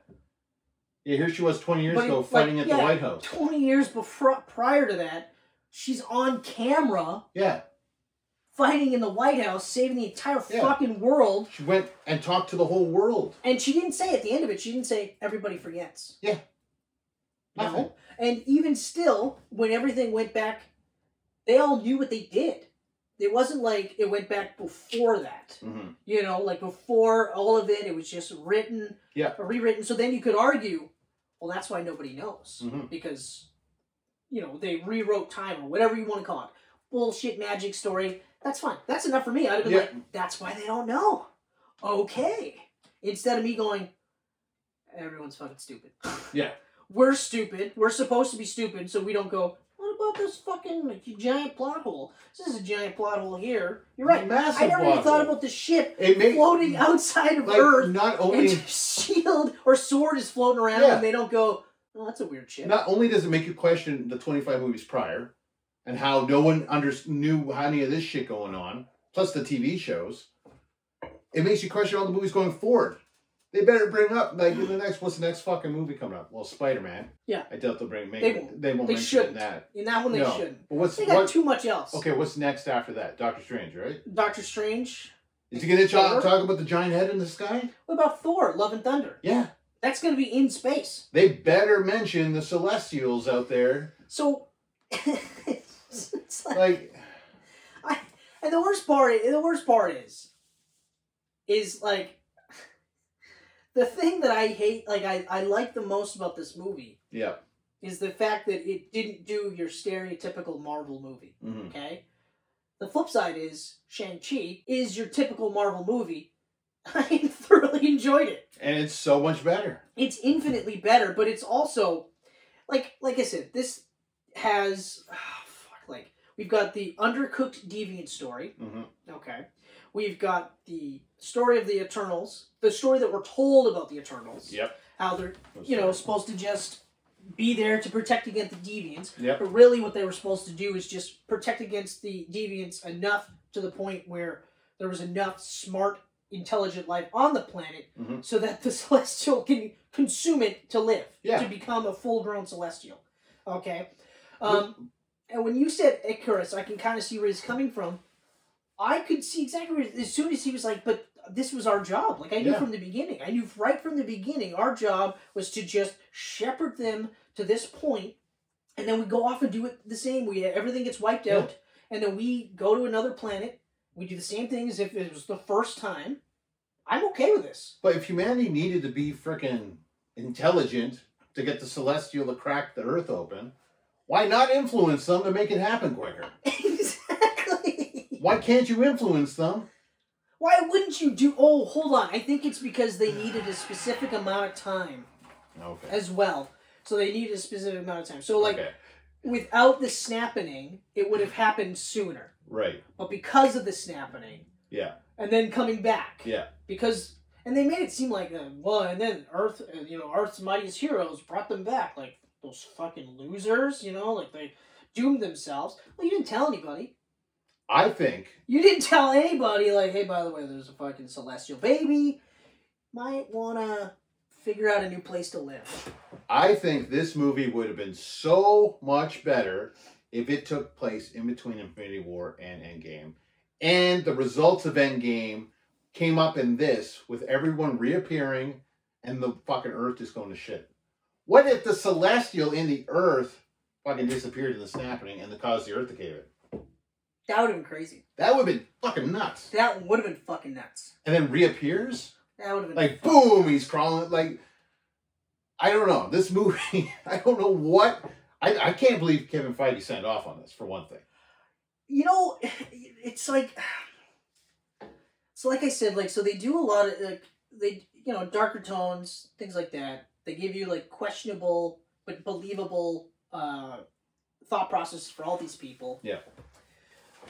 S2: Yeah, here she was 20 years
S1: But it-
S2: ago
S1: like,
S2: fighting at the
S1: yeah.
S2: White House.
S1: 20 years before, prior to that, she's on camera
S2: Yeah,
S1: fighting in the White House, saving the entire
S2: Yeah.
S1: fucking world.
S2: she went and talked to the whole world.
S1: And she didn't say at the end of it, she didn't say, everybody forgets.
S2: Nothing.
S1: No. And even still, when everything went back, they all knew what they did. It wasn't like it went back before that.
S2: Mhm.
S1: You know, like before all of it, it was just written,
S2: Yeah.
S1: or rewritten. So then you could argue, well, that's why nobody knows
S2: Mhm.
S1: because, you know, they rewrote time or whatever you want to call it. Bullshit magic story. That's fine. That's enough for me. I'd have been
S2: Yeah.
S1: like, that's why they don't know. Okay. Instead of me going, everyone's fucking stupid.
S2: Yeah.
S1: We're stupid. We're supposed to be stupid, so we don't go, what about this fucking giant plot hole? This is a giant plot hole here. You're right.
S2: Massive
S1: I never even
S2: plot
S1: thought
S2: hole.
S1: about the ship
S2: It made,
S1: floating outside of
S2: like,
S1: Earth,
S2: Not
S1: and
S2: only
S1: your shield or sword is floating around,
S2: Yeah.
S1: and they don't go. Well, that's a weird ship.
S2: not only does it make you question the 25 movies prior and how no one under- knew how any of this shit going on plus the tv shows it makes you question all the movies going forward they better bring up like in the next what's the next fucking movie coming up well spider-man
S1: Yeah.
S2: i doubt they'll bring make,
S1: They won't.
S2: they won't
S1: They
S2: mention
S1: shouldn't.
S2: that
S1: In that one, they
S2: no.
S1: shouldn't.
S2: but what's
S1: They got
S2: what
S1: too much else.
S2: okay what's next after that doctor strange right
S1: Doctor Strange.
S2: is he gonna
S1: Thor?
S2: talk, talk about the giant head in the sky
S1: What about Thor? Love and Thunder.
S2: yeah
S1: That's going to be in space.
S2: they better mention the celestials out there
S1: So, it's like,
S2: like
S1: and the worst part. i- The worst part is, is like. The thing that I hate, like I, I like the most about this movie,
S2: yeah
S1: is the fact that it didn't do your stereotypical Marvel movie.
S2: hmm
S1: Okay. The flip side is Shang-Chi is your typical Marvel movie. I thoroughly enjoyed it.
S2: and it's so much better
S1: It's infinitely better, but it's also like like I said, this has ah, fuck like we've got the undercooked deviant story,
S2: hmm
S1: okay? We've got the story of the Eternals, the story that we're told about the Eternals.
S2: Yep.
S1: How they're you know, supposed to just be there to protect against the deviants.
S2: Yep.
S1: But really, what they were supposed to do is just protect against the deviants enough to the point where there was enough smart, intelligent life on the planet
S2: Mhm.
S1: so that the celestial can consume it to live,
S2: Yeah.
S1: to become a full grown celestial. Okay? Um, and when you said Icarus, I can kind of see where he's coming from. I could see exactly where, as soon as he was like, but this was our job. Like, I knew
S2: Yeah.
S1: from the beginning. I knew right from the beginning our job was to just shepherd them to this point, and then we go off and do it the same. We Everything gets wiped
S2: Yeah.
S1: out, and then we go to another planet. We do the same thing as if it was the first time. I'm okay with this.
S2: But if humanity needed to be frickin' intelligent to get the celestial to crack the earth open, why not influence them to make it happen quicker?
S1: exactly.
S2: Why can't you influence them?
S1: Why wouldn't you do? Oh, hold on. I think it's because they needed a specific amount of time
S2: Okay.
S1: as well. So they needed a specific amount of time. So like
S2: okay.
S1: without the snapping, it would have happened sooner.
S2: Right.
S1: But because of the snapping,
S2: Yeah.
S1: and then coming back,
S2: Yeah.
S1: because and they made it seem like uh, well, and then Earth, uh, you know, Earth's mightiest heroes brought them back, like those fucking losers, you know, like they doomed themselves. Well, you didn't tell anybody.
S2: I think
S1: You didn't tell anybody, like, hey, by the way, there's a fucking celestial baby. Might wanna figure out a new place to live.
S2: I think this movie would have been so much better if it took place in between Infinity War and Endgame. And the results of Endgame came up in this with everyone reappearing and the fucking earth just going to shit. What if the celestial in the earth fucking disappeared in the snapping and it caused the earth to cave in?
S1: That would have been crazy.
S2: That would have been fucking nuts.
S1: That would have been fucking nuts.
S2: And then reappears.
S1: That would have been
S2: Like boom, he's crawling. Like I don't know. This movie, I don't know what. I, I can't believe Kevin Feige signed off on this for one thing.
S1: you know it's like so like i said like so they do a lot of like they you know darker tones things like that they give you like questionable but believable uh thought process for all these people
S2: Yeah.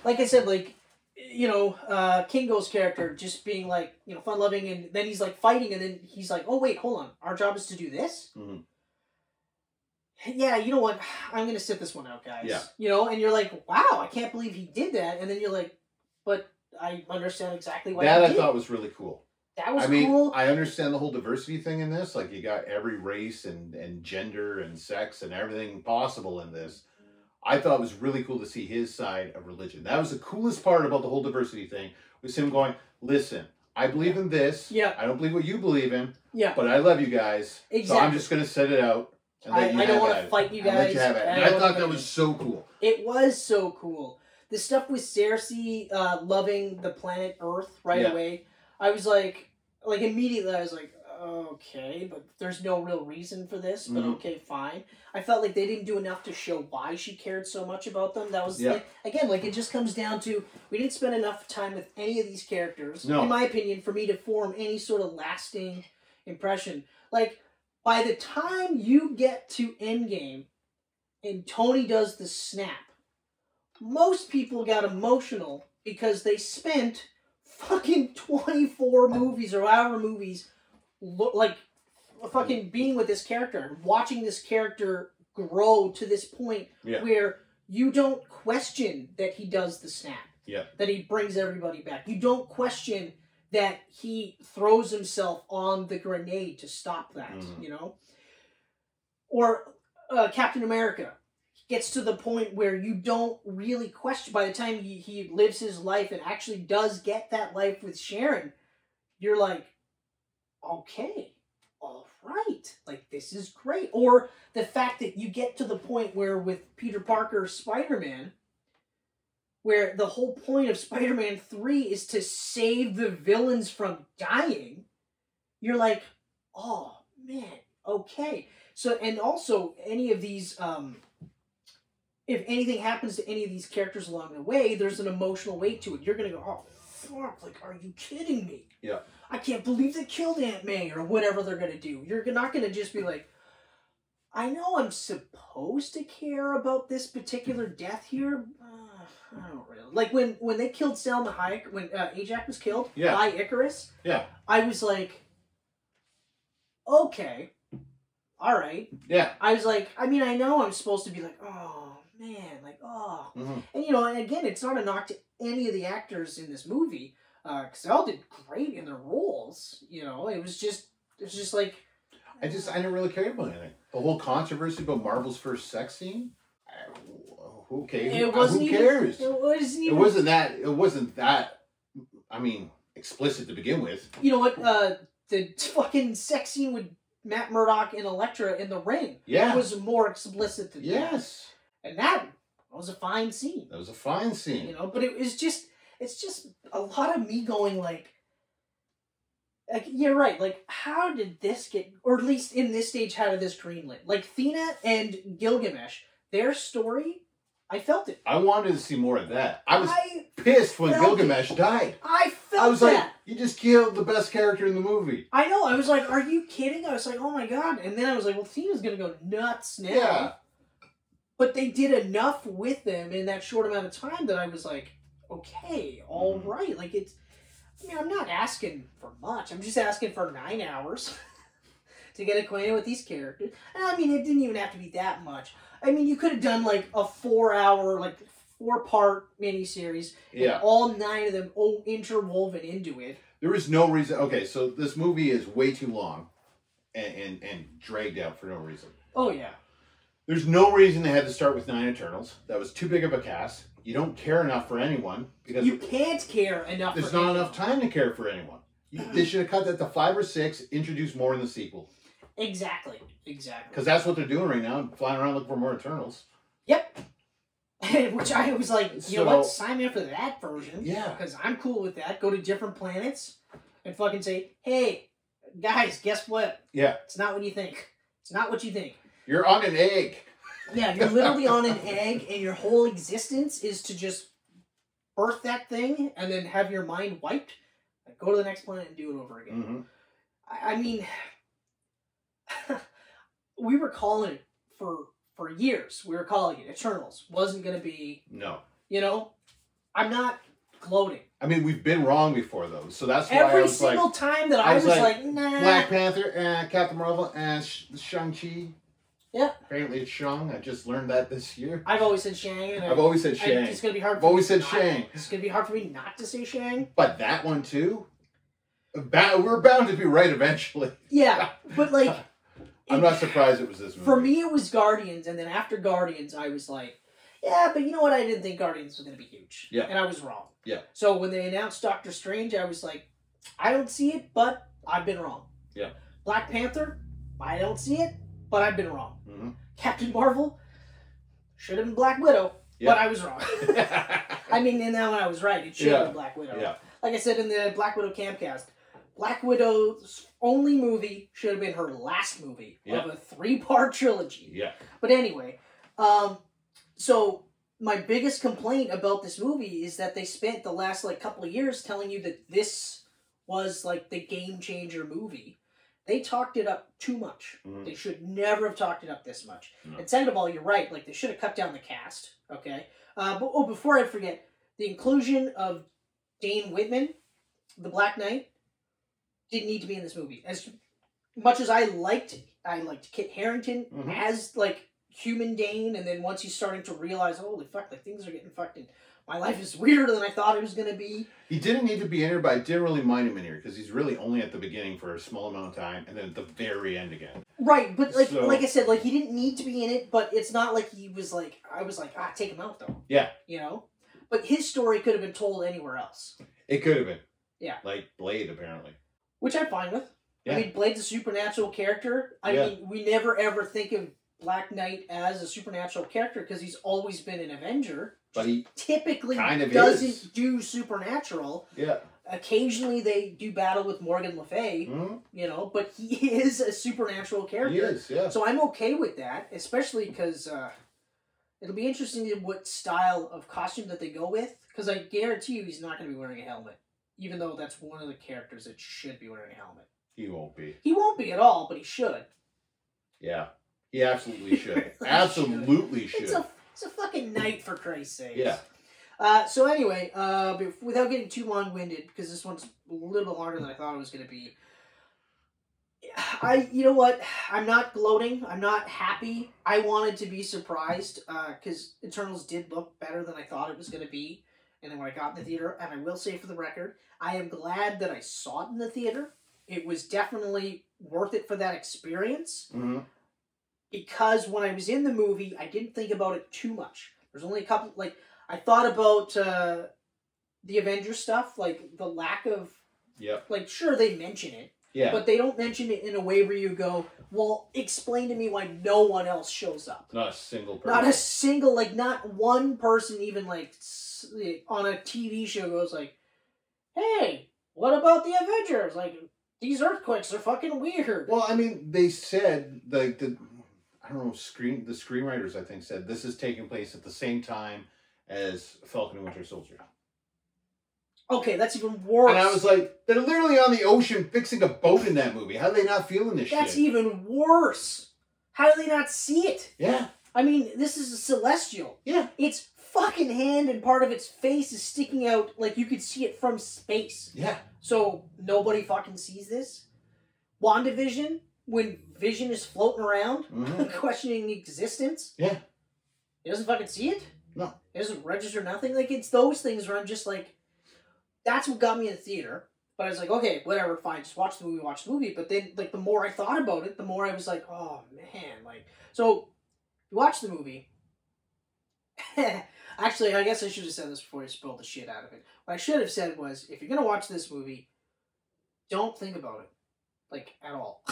S1: like i said like you know uh kingo's character just being like you know fun loving and then he's like fighting and then he's like oh wait hold on our job is to do this
S2: Mhm.
S1: yeah you know what i'm gonna sit this one out guys
S2: Yeah.
S1: you know and you're like wow i can't believe he did that and then you're like but i understand exactly why
S2: that
S1: he
S2: I
S1: did.
S2: thought was really cool.
S1: that was
S2: I mean,
S1: cool
S2: I understand the whole diversity thing in this. Like, you got every race and, and gender and sex and everything possible in this. I thought it was really cool to see his side of religion. That was the coolest part about the whole diversity thing was him going, "Listen, I believe in this.
S1: Yeah.
S2: I don't believe what you believe in,
S1: yeah
S2: but I love you guys. So I'm
S1: Exactly.
S2: just gonna set it out and
S1: I,
S2: let you
S1: I don't
S2: have
S1: want
S2: at
S1: to
S2: it.
S1: fight you
S2: And let
S1: guys.
S2: you have at it. And
S1: don't
S2: I
S1: wanna
S2: thought that
S1: fight
S2: was so cool.
S1: you. It was so cool. The stuff with Cersei uh, loving the planet Earth right
S2: Yeah.
S1: away. I was like, like immediately, I was like, okay, but there's no real reason for this. But
S2: Mhm.
S1: okay, fine. I felt like they didn't do enough to show why she cared so much about them. That was
S2: Yeah.
S1: like again, like it just comes down to we didn't spend enough time with any of these characters,
S2: No.
S1: in my opinion, for me to form any sort of lasting impression. Like by the time you get to Endgame and Tony does the snap, most people got emotional because they spent fucking 24 movies or hour movies lo- like fucking being with this character and watching this character grow to this point
S2: Yeah.
S1: where you don't question that he does the snap.
S2: Yeah.
S1: That he brings everybody back. You don't question that he throws himself on the grenade to stop that,
S2: Mhm.
S1: you know? Or uh, Captain America gets to the point where you don't really question by the time he, he lives his life and actually does get that life with Sharon, you're like, okay, all right, like this is great. Or the fact that you get to the point where with Peter Parker Spider Man, where the whole point of Spider Man 3 is to save the villains from dying, you're like, oh man, okay. So, and also any of these, um, if anything happens to any of these characters along the way, there's an emotional weight to it. You're gonna go, oh fuck, like, are you kidding me?
S2: Yeah.
S1: I can't believe they killed Aunt May or whatever they're gonna do. You're not gonna just be like, I know I'm supposed to care about this particular death here. Uh, I don't really like when when they killed Selma Hayek when uh, Ajax was killed
S2: Yeah.
S1: by Icarus.
S2: Yeah.
S1: I was like, okay, all right.
S2: Yeah.
S1: I was like, I mean, I know I'm supposed to be like, oh man, like oh,
S2: Mhm.
S1: and you know, and again, it's not a knock to any of the actors in this movie because they all did great in their roles. You know, it was just it was just like
S2: I just I didn't really care about anything. The whole controversy about Marvel's first sex scene. I- Okay, who-
S1: it wasn't
S2: who
S1: even
S2: cares?
S1: it wasn't
S2: it
S1: even
S2: wasn't that it wasn't that i mean explicit to begin with
S1: you know what uh the fucking sex scene with Matt Murdock and Elektra in the ring
S2: yeah
S1: was more explicit than that.
S2: yes
S1: and that was a fine scene.
S2: that was a fine scene
S1: you know but it was just it's just a lot of me going like like you're right like how did this get or at least in this stage how did this greenlit like thena and gilgamesh their story i felt it
S2: i wanted to see more of that i was
S1: i,
S2: pissed when
S1: felt it.
S2: gilgamesh died
S1: I felt
S2: i was
S1: that
S2: like you just killed the best character in the movie
S1: i know i was like are you kidding i was like oh my god and then i was like well thena's gonna go nuts now
S2: Yeah.
S1: but they did enough with them in that short amount of time that I was like, okay, all right,
S2: Mhm.
S1: Like it's, I mean, I'm not asking for much. I'm just asking for nine hours to get acquainted with these characters. And I mean, it didn't even have to be that much. I mean, you could have done like a four hour, like four part miniseries, and
S2: yeah
S1: all nine of them all interwoven into it.
S2: there is no reason okay so this movie is way too long and and, and dragged out for no reason
S1: Oh yeah,
S2: There's no reason they had to start with nine Eternals. That was too big of a cast. You don't care enough for anyone because
S1: you can't care enough.
S2: There's
S1: for
S2: not
S1: anyone.
S2: enough time to care for anyone. You, they should have cut that to five or six, introduce more in the sequel.
S1: Exactly. Exactly.
S2: Because that's what they're doing right now, flying around looking for more Eternals.
S1: Yep. Which I was like, you know
S2: So-
S1: what? Sign me up for that version.
S2: Yeah.
S1: Because I'm cool with that. Go to different planets and fucking say, hey, guys, guess what?
S2: Yeah.
S1: It's not what you think. It's not what you think.
S2: You're on an egg.
S1: Yeah, you're literally on an egg, and your whole existence is to just birth that thing and then have your mind wiped, and go to the next planet and do it over again.
S2: Mhm.
S1: I, I mean, we were calling it for for years. We were calling it Eternals wasn't going to be.
S2: No.
S1: You know, I'm not gloating.
S2: I mean, we've been wrong before, though. So that's why I
S1: Every
S2: was
S1: single
S2: like,
S1: time that
S2: I
S1: I
S2: was
S1: was,
S2: like,
S1: like, nah,
S2: Black Panther and Captain Marvel and Sh- Shang-Chi.
S1: Yeah.
S2: Apparently it's Shang. I just learned that this year.
S1: I've always said Shang, and I,
S2: I've always said
S1: I-
S2: Shang.
S1: it's going to be hard.
S2: I've
S1: for me
S2: always
S1: to
S2: said
S1: not-
S2: Shang.
S1: It's going to be hard for me not to say Shang.
S2: But that one, too? Ba- we're bound to be right eventually.
S1: Yeah, but like,
S2: I'm not surprised it was this movie.
S1: For me, it was Guardians, and then after Guardians, I was like, yeah, but you know what? I didn't think Guardians was going to be huge.
S2: Yeah.
S1: And I was wrong.
S2: Yeah.
S1: So when they announced Doctor Strange, I was like, I don't see it, but I've been wrong.
S2: Yeah.
S1: Black Panther, I don't see it, but I've been wrong.
S2: Mhm.
S1: Captain Marvel, should have been Black Widow,
S2: Yeah.
S1: but I was wrong. I mean, in that one, I was right. It should
S2: Yeah.
S1: have been Black Widow.
S2: yeah.
S1: Like I said in the Black Widow campcast, Black Widow's only movie should have been her last movie
S2: Yeah.
S1: of a three part trilogy.
S2: Yeah.
S1: But anyway, um, so my biggest complaint about this movie is that they spent the last like couple of years telling you that this was like the game changer movie. They talked it up too much.
S2: Mhm.
S1: They should never have talked it up this much.
S2: No.
S1: And second of all, you're right. Like they should have cut down the cast. Okay. Uh, but oh, before I forget, the inclusion of Dane Whitman, the Black Knight, didn't need to be in this movie. As much as I liked, I liked Kit Harrington
S2: Mhm.
S1: as like human Dane, and then once he's starting to realize, holy fuck, like things are getting fucked, and my life is weirder than I thought it was gonna be.
S2: He didn't need to be in here, but I didn't really mind him in here because he's really only at the beginning for a small amount of time and then at the very end again.
S1: Right, but like
S2: So-
S1: like I said, like he didn't need to be in it, but it's not like he was like I was like ah take him out though.
S2: Yeah.
S1: You know, but his story could have been told anywhere else,
S2: It could have been.
S1: Yeah.
S2: Like Blade, apparently.
S1: which I'm fine with.
S2: Yeah.
S1: I mean, Blade's a supernatural character. I
S2: Yeah.
S1: mean, we never ever think of Black Knight as a supernatural character because he's always been an Avenger.
S2: But he,
S1: typically
S2: Kind of
S1: doesn't
S2: is.
S1: do supernatural.
S2: yeah.
S1: Occasionally they do battle with Morgan Le Fay,
S2: hmm
S1: you know, but he is a supernatural character.
S2: He is, yeah.
S1: So I'm okay with that, especially because uh, it'll be interesting in what style of costume that they go with. Because I guarantee you he's not going to be wearing a helmet, even though that's one of the characters that should be wearing a helmet.
S2: He won't be.
S1: He won't be at all, but he should.
S2: Yeah. He absolutely should.
S1: He
S2: absolutely should.
S1: It's a it's a fucking night for Christ's sake.
S2: Yeah.
S1: Uh, so anyway, uh, be- without getting too long winded, because this one's a little longer than I thought it was going to be. I you know what? I'm not gloating. I'm not happy. I wanted to be surprised because Eternals did look better than I thought it was going to be. And then when I got in the theater, and I will say for the record, I am glad that I saw it in the theater. It was definitely worth it for that experience
S2: Mhm.
S1: because when I was in the movie, I didn't think about it too much. There's only a couple, like, I thought about uh, the Avengers stuff, like, the lack of,
S2: Yep.
S1: like, sure, they mention it,
S2: Yeah.
S1: but they don't mention it in a way where you go, well, explain to me why no one else shows up.
S2: Not a single person.
S1: Not a single, like, not one person even, like, s- on a TV show goes, like, hey, what about the Avengers? Like, these earthquakes are fucking weird.
S2: Well, I mean, they said like the I don't know screen the screenwriters I think said this is taking place at the same time as Falcon and Winter Soldier,
S1: okay, that's even worse.
S2: and I was like, they're literally on the ocean fixing a boat in that movie. How are they not feeling this
S1: That's
S2: shit?
S1: even worse. How do they not see it?
S2: yeah,
S1: I mean, this is a celestial.
S2: yeah,
S1: Its fucking hand and part of its face is sticking out like you could see it from space.
S2: yeah.
S1: So nobody fucking sees this. WandaVision, when Vision is floating around,
S2: Mhm.
S1: questioning existence.
S2: Yeah.
S1: He doesn't fucking see it?
S2: No.
S1: He doesn't register nothing. Like, it's those things where I'm just like, that's what got me in the theater. But I was like, okay, whatever, fine, just watch the movie, watch the movie. But then, like, the more I thought about it, the more I was like, oh, man. Like, so, you watch the movie. Actually, I guess I should have said this before I spilled the shit out of it. What I should have said was, if you're going to watch this movie, don't think about it. Like, at all.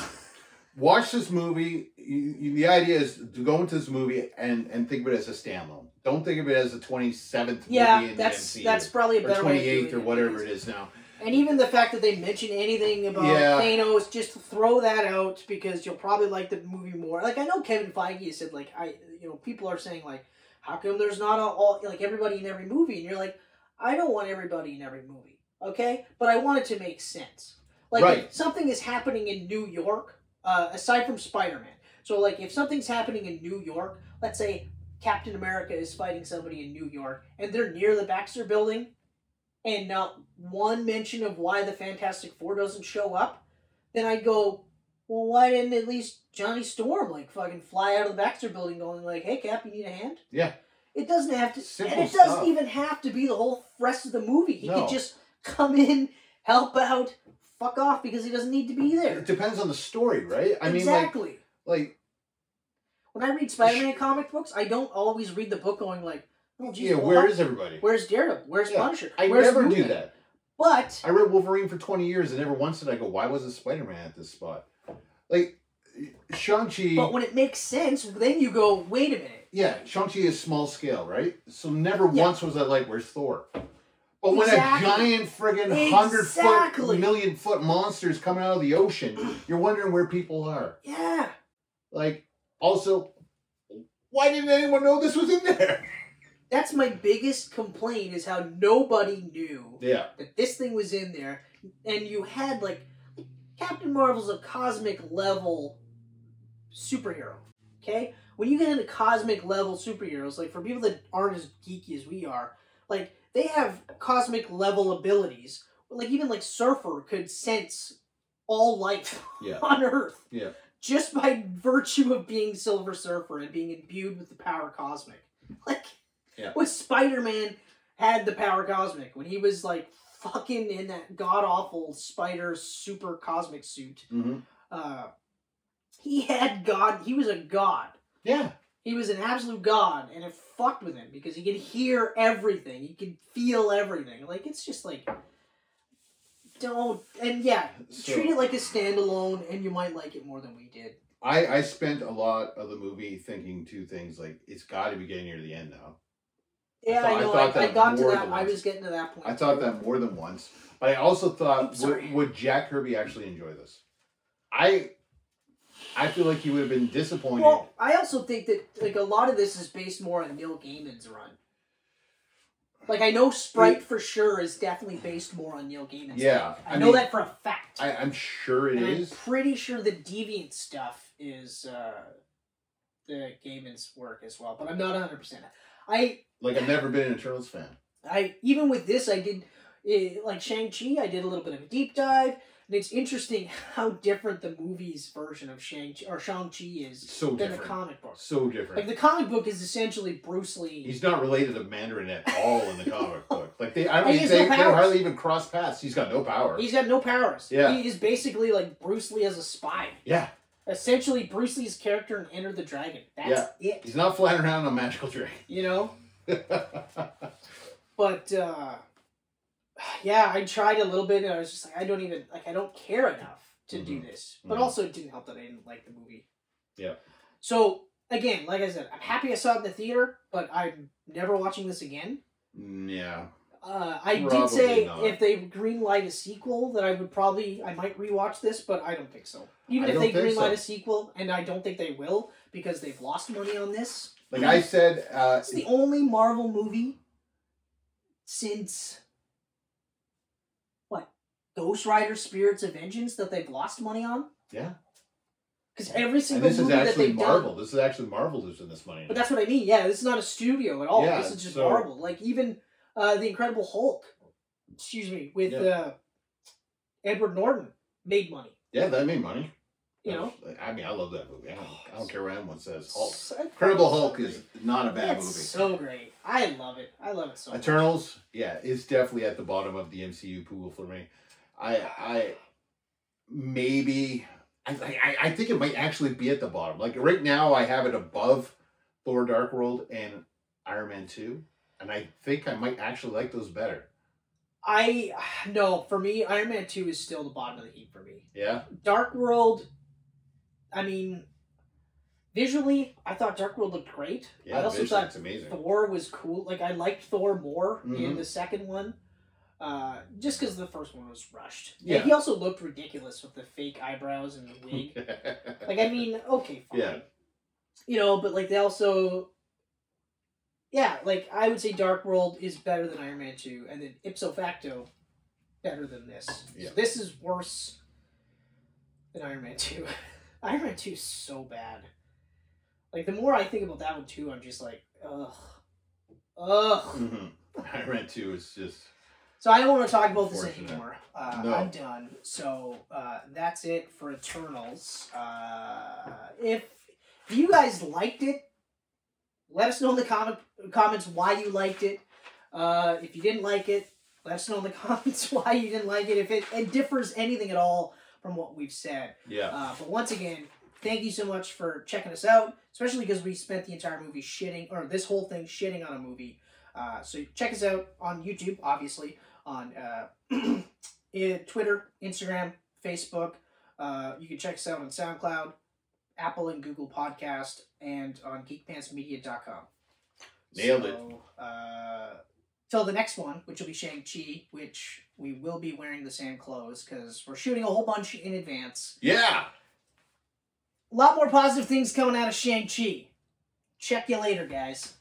S2: watch this movie. You, you, the idea is to go into this movie and and think of it as a standalone. Don't think of it as a twenty seventh movie
S1: Yeah,
S2: in
S1: that's
S2: the MCU
S1: that's probably a
S2: or
S1: better way.
S2: twenty
S1: of doing
S2: eighth or
S1: it,
S2: whatever
S1: because-
S2: it is now.
S1: And even the fact that they mention anything about
S2: Yeah.
S1: Thanos, just throw that out because you'll probably like the movie more. Like I know Kevin Feige said, like I, you know, people are saying like, how come there's not a, all like everybody in every movie? And you're like, I don't want everybody in every movie, okay? But I want it to make sense. Like if
S2: Right.
S1: something is happening in New York, uh, aside from Spider Man. So like if something's happening in New York, let's say Captain America is fighting somebody in New York, and they're near the Baxter Building and not one mention of why the Fantastic Four doesn't show up, then I go, well, why didn't at least Johnny Storm like fucking fly out of the Baxter Building going like, hey Cap, you need a hand?
S2: Yeah.
S1: It doesn't have to,
S2: Simple
S1: and it
S2: stuff.
S1: doesn't even have to be the whole rest of the movie. He
S2: No.
S1: could just come in, help out, fuck off because he doesn't need to be there.
S2: It depends on the story, right? I mean, like
S1: exactly.
S2: like
S1: when I read Spider-Man comic books, I don't always read the book going like, oh, geez,
S2: yeah,
S1: well,
S2: where
S1: how-
S2: is everybody?
S1: where's Daredevil? Where's
S2: Yeah,
S1: Punisher?
S2: I
S1: Where's
S2: never do
S1: Moon Knight?"
S2: that.
S1: But
S2: I read Wolverine for 20 years and never once did I go, why wasn't Spider Man at this spot? Like, Shang-Chi,
S1: But when it makes sense, then you go, wait a minute.
S2: yeah, Shang-Chi is small scale, right? So never
S1: Yeah.
S2: once was I like, where's Thor? But when
S1: Exactly.
S2: a giant friggin' hundred
S1: Exactly.
S2: foot, million foot monster is coming out of the ocean, you're wondering where people are.
S1: Yeah.
S2: Like, also, why didn't anyone know this was in there?
S1: That's my biggest complaint is how nobody knew
S2: Yeah,
S1: that this thing was in there. And you had like Captain Marvel's a cosmic level superhero. Okay? When you get into cosmic level superheroes, like for people that aren't as geeky as we are, like they have cosmic level abilities. Like even like Surfer could sense all life
S2: yeah,
S1: on Earth.
S2: Yeah.
S1: Just by virtue of being Silver Surfer and being imbued with the power cosmic. Like,
S2: Yeah.
S1: when Spider Man had the power cosmic, when he was like fucking in that god awful spider super cosmic suit,
S2: hmm
S1: uh, he had God, he was a god.
S2: yeah,
S1: He was an absolute god, and it fucked with him because he could hear everything, he could feel everything. Like, it's just like. Don't. And yeah,
S2: So-
S1: treat it like a standalone, and you might like it more than we did.
S2: I, I spent a lot of the movie thinking two things like it's got to be getting near the end now.
S1: Yeah,
S2: thought-
S1: I,
S2: I
S1: know.
S2: thought
S1: I, I
S2: that
S1: got to
S2: more
S1: that.
S2: than
S1: I
S2: once.
S1: was getting to that point.
S2: I thought that more than once, but I also
S1: I'm
S2: thought
S1: sorry.
S2: would, would Jack Kirby actually enjoy this? I I feel like he would have been disappointed.
S1: Well, I also think that like a lot of this is based more on Neil Gaiman's run. Like I know Sprite for sure is definitely based more on Neil Gaiman's.
S2: yeah,
S1: I, know
S2: mean,
S1: that for a fact.
S2: I, I'm sure it
S1: and
S2: is.
S1: I'm pretty sure the deviant stuff is uh, the Gaiman's work as well, but I'm not 100. percent I
S2: Like I've never been an Eternals fan.
S1: I even with this, I did eh, like Shang Chi. I did a little bit of a deep dive, and it's interesting how different the movie's version of Shang Chi or Shang Chi is
S2: So
S1: than the
S2: different.
S1: comic book.
S2: So
S1: Like
S2: different.
S1: the comic book is essentially Bruce Lee.
S2: He's not related to Mandarin at all in the comic book. Like they, I don't
S1: And he
S2: think
S1: has no
S2: they, they
S1: powers.
S2: hardly even cross paths. He's got no power.
S1: He's got no powers.
S2: Yeah.
S1: he is basically like Bruce Lee as a spy.
S2: yeah,
S1: Essentially, Bruce Lee's character in Enter the Dragon. That's it.
S2: he's not flying around on a magical train.
S1: You know. But uh, yeah, I tried a little bit, and I was just like, I don't even like, I don't care enough to do this. But
S2: Mhm.
S1: also, it didn't help that I didn't like the movie.
S2: Yeah.
S1: So again, like I said, I'm happy I saw it in the theater, but I'm never watching this again.
S2: Mm, yeah,
S1: Uh, I did
S2: Probably
S1: say
S2: not.
S1: if they greenlight a sequel, that I would probably I might rewatch this, but I don't think so. Even
S2: I
S1: if
S2: don't
S1: they
S2: think
S1: greenlight
S2: so.
S1: a sequel, and I don't think they will because they've lost money on this.
S2: like I said, uh,
S1: It's the only Marvel movie since what Ghost Rider: Spirits of Vengeance that they've lost money on.
S2: Yeah.
S1: because every
S2: and
S1: single
S2: this
S1: movie
S2: is
S1: that
S2: actually
S1: they've
S2: Marvel.
S1: done.
S2: This is actually Marvel losing this money.
S1: But that's what I mean. Yeah, this is not a studio at all.
S2: Yeah,
S1: this is just
S2: so-
S1: Marvel. Like even uh, the Incredible Hulk, excuse me, with
S2: Yeah.
S1: uh, Edward Norton made money.
S2: Yeah, that made money.
S1: You know,
S2: I mean, I love that movie. I don't, I don't care what anyone says. Hulk.
S1: So-
S2: Incredible Hulk is not a bad
S1: It's
S2: movie.
S1: so great. I love it. I love it so much.
S2: Eternals, yeah, it's definitely at the bottom of the MCU pool for me. I, I, maybe, I, I, I think it might actually be at the bottom. Like right now, I have it above Thor: Dark World and Iron Man Two, and I think I might actually like those better.
S1: I no, for me, Iron Man two is still the bottom of the heap for me.
S2: Yeah,
S1: Dark World I mean, visually, I thought Dark World looked great.
S2: Yeah,
S1: I also
S2: visually,
S1: thought
S2: it's amazing.
S1: Thor was cool. Like I liked Thor more in
S2: Mhm.
S1: the second one, uh, just because the first one was rushed.
S2: Yeah.
S1: And he also looked ridiculous with the fake eyebrows and the wig. Like, I mean, okay, fine.
S2: Yeah.
S1: You know, but like they also, yeah, like I would say Dark World is better than Iron Man Two, and then ipso facto, better than this. So
S2: Yeah.
S1: this is worse than Iron Man Two. Iron Man Two is so bad. Like the more I think about that one too, I'm just like, ugh, ugh.
S2: Mhm. Iron Man Two is just
S1: So I don't want to talk about this
S2: Unfortunate.
S1: anymore. Uh,
S2: No.
S1: I'm done. So uh, that's it for Eternals. Uh, if if you guys liked it, let us know in the comment, comments why you liked it. Uh, if you didn't like it, let us know in the comments why you didn't like it. If it, it differs anything at all from what we've said.
S2: yeah.
S1: Uh, but once again, thank you so much for checking us out, especially because we spent the entire movie shitting, or this whole thing shitting on a movie. Uh, so check us out on YouTube, obviously, on uh, in Twitter, Instagram, Facebook. Uh, you can check us out on SoundCloud, Apple and Google Podcast, and on geekpantsmedia.com.
S2: Nailed
S1: so, it. Uh, till the next one, which will be Shang-Chi, which we will be wearing the same clothes because we're shooting a whole bunch in advance
S2: Yeah.
S1: a lot more positive things coming out of Shang-Chi. Check you later, guys.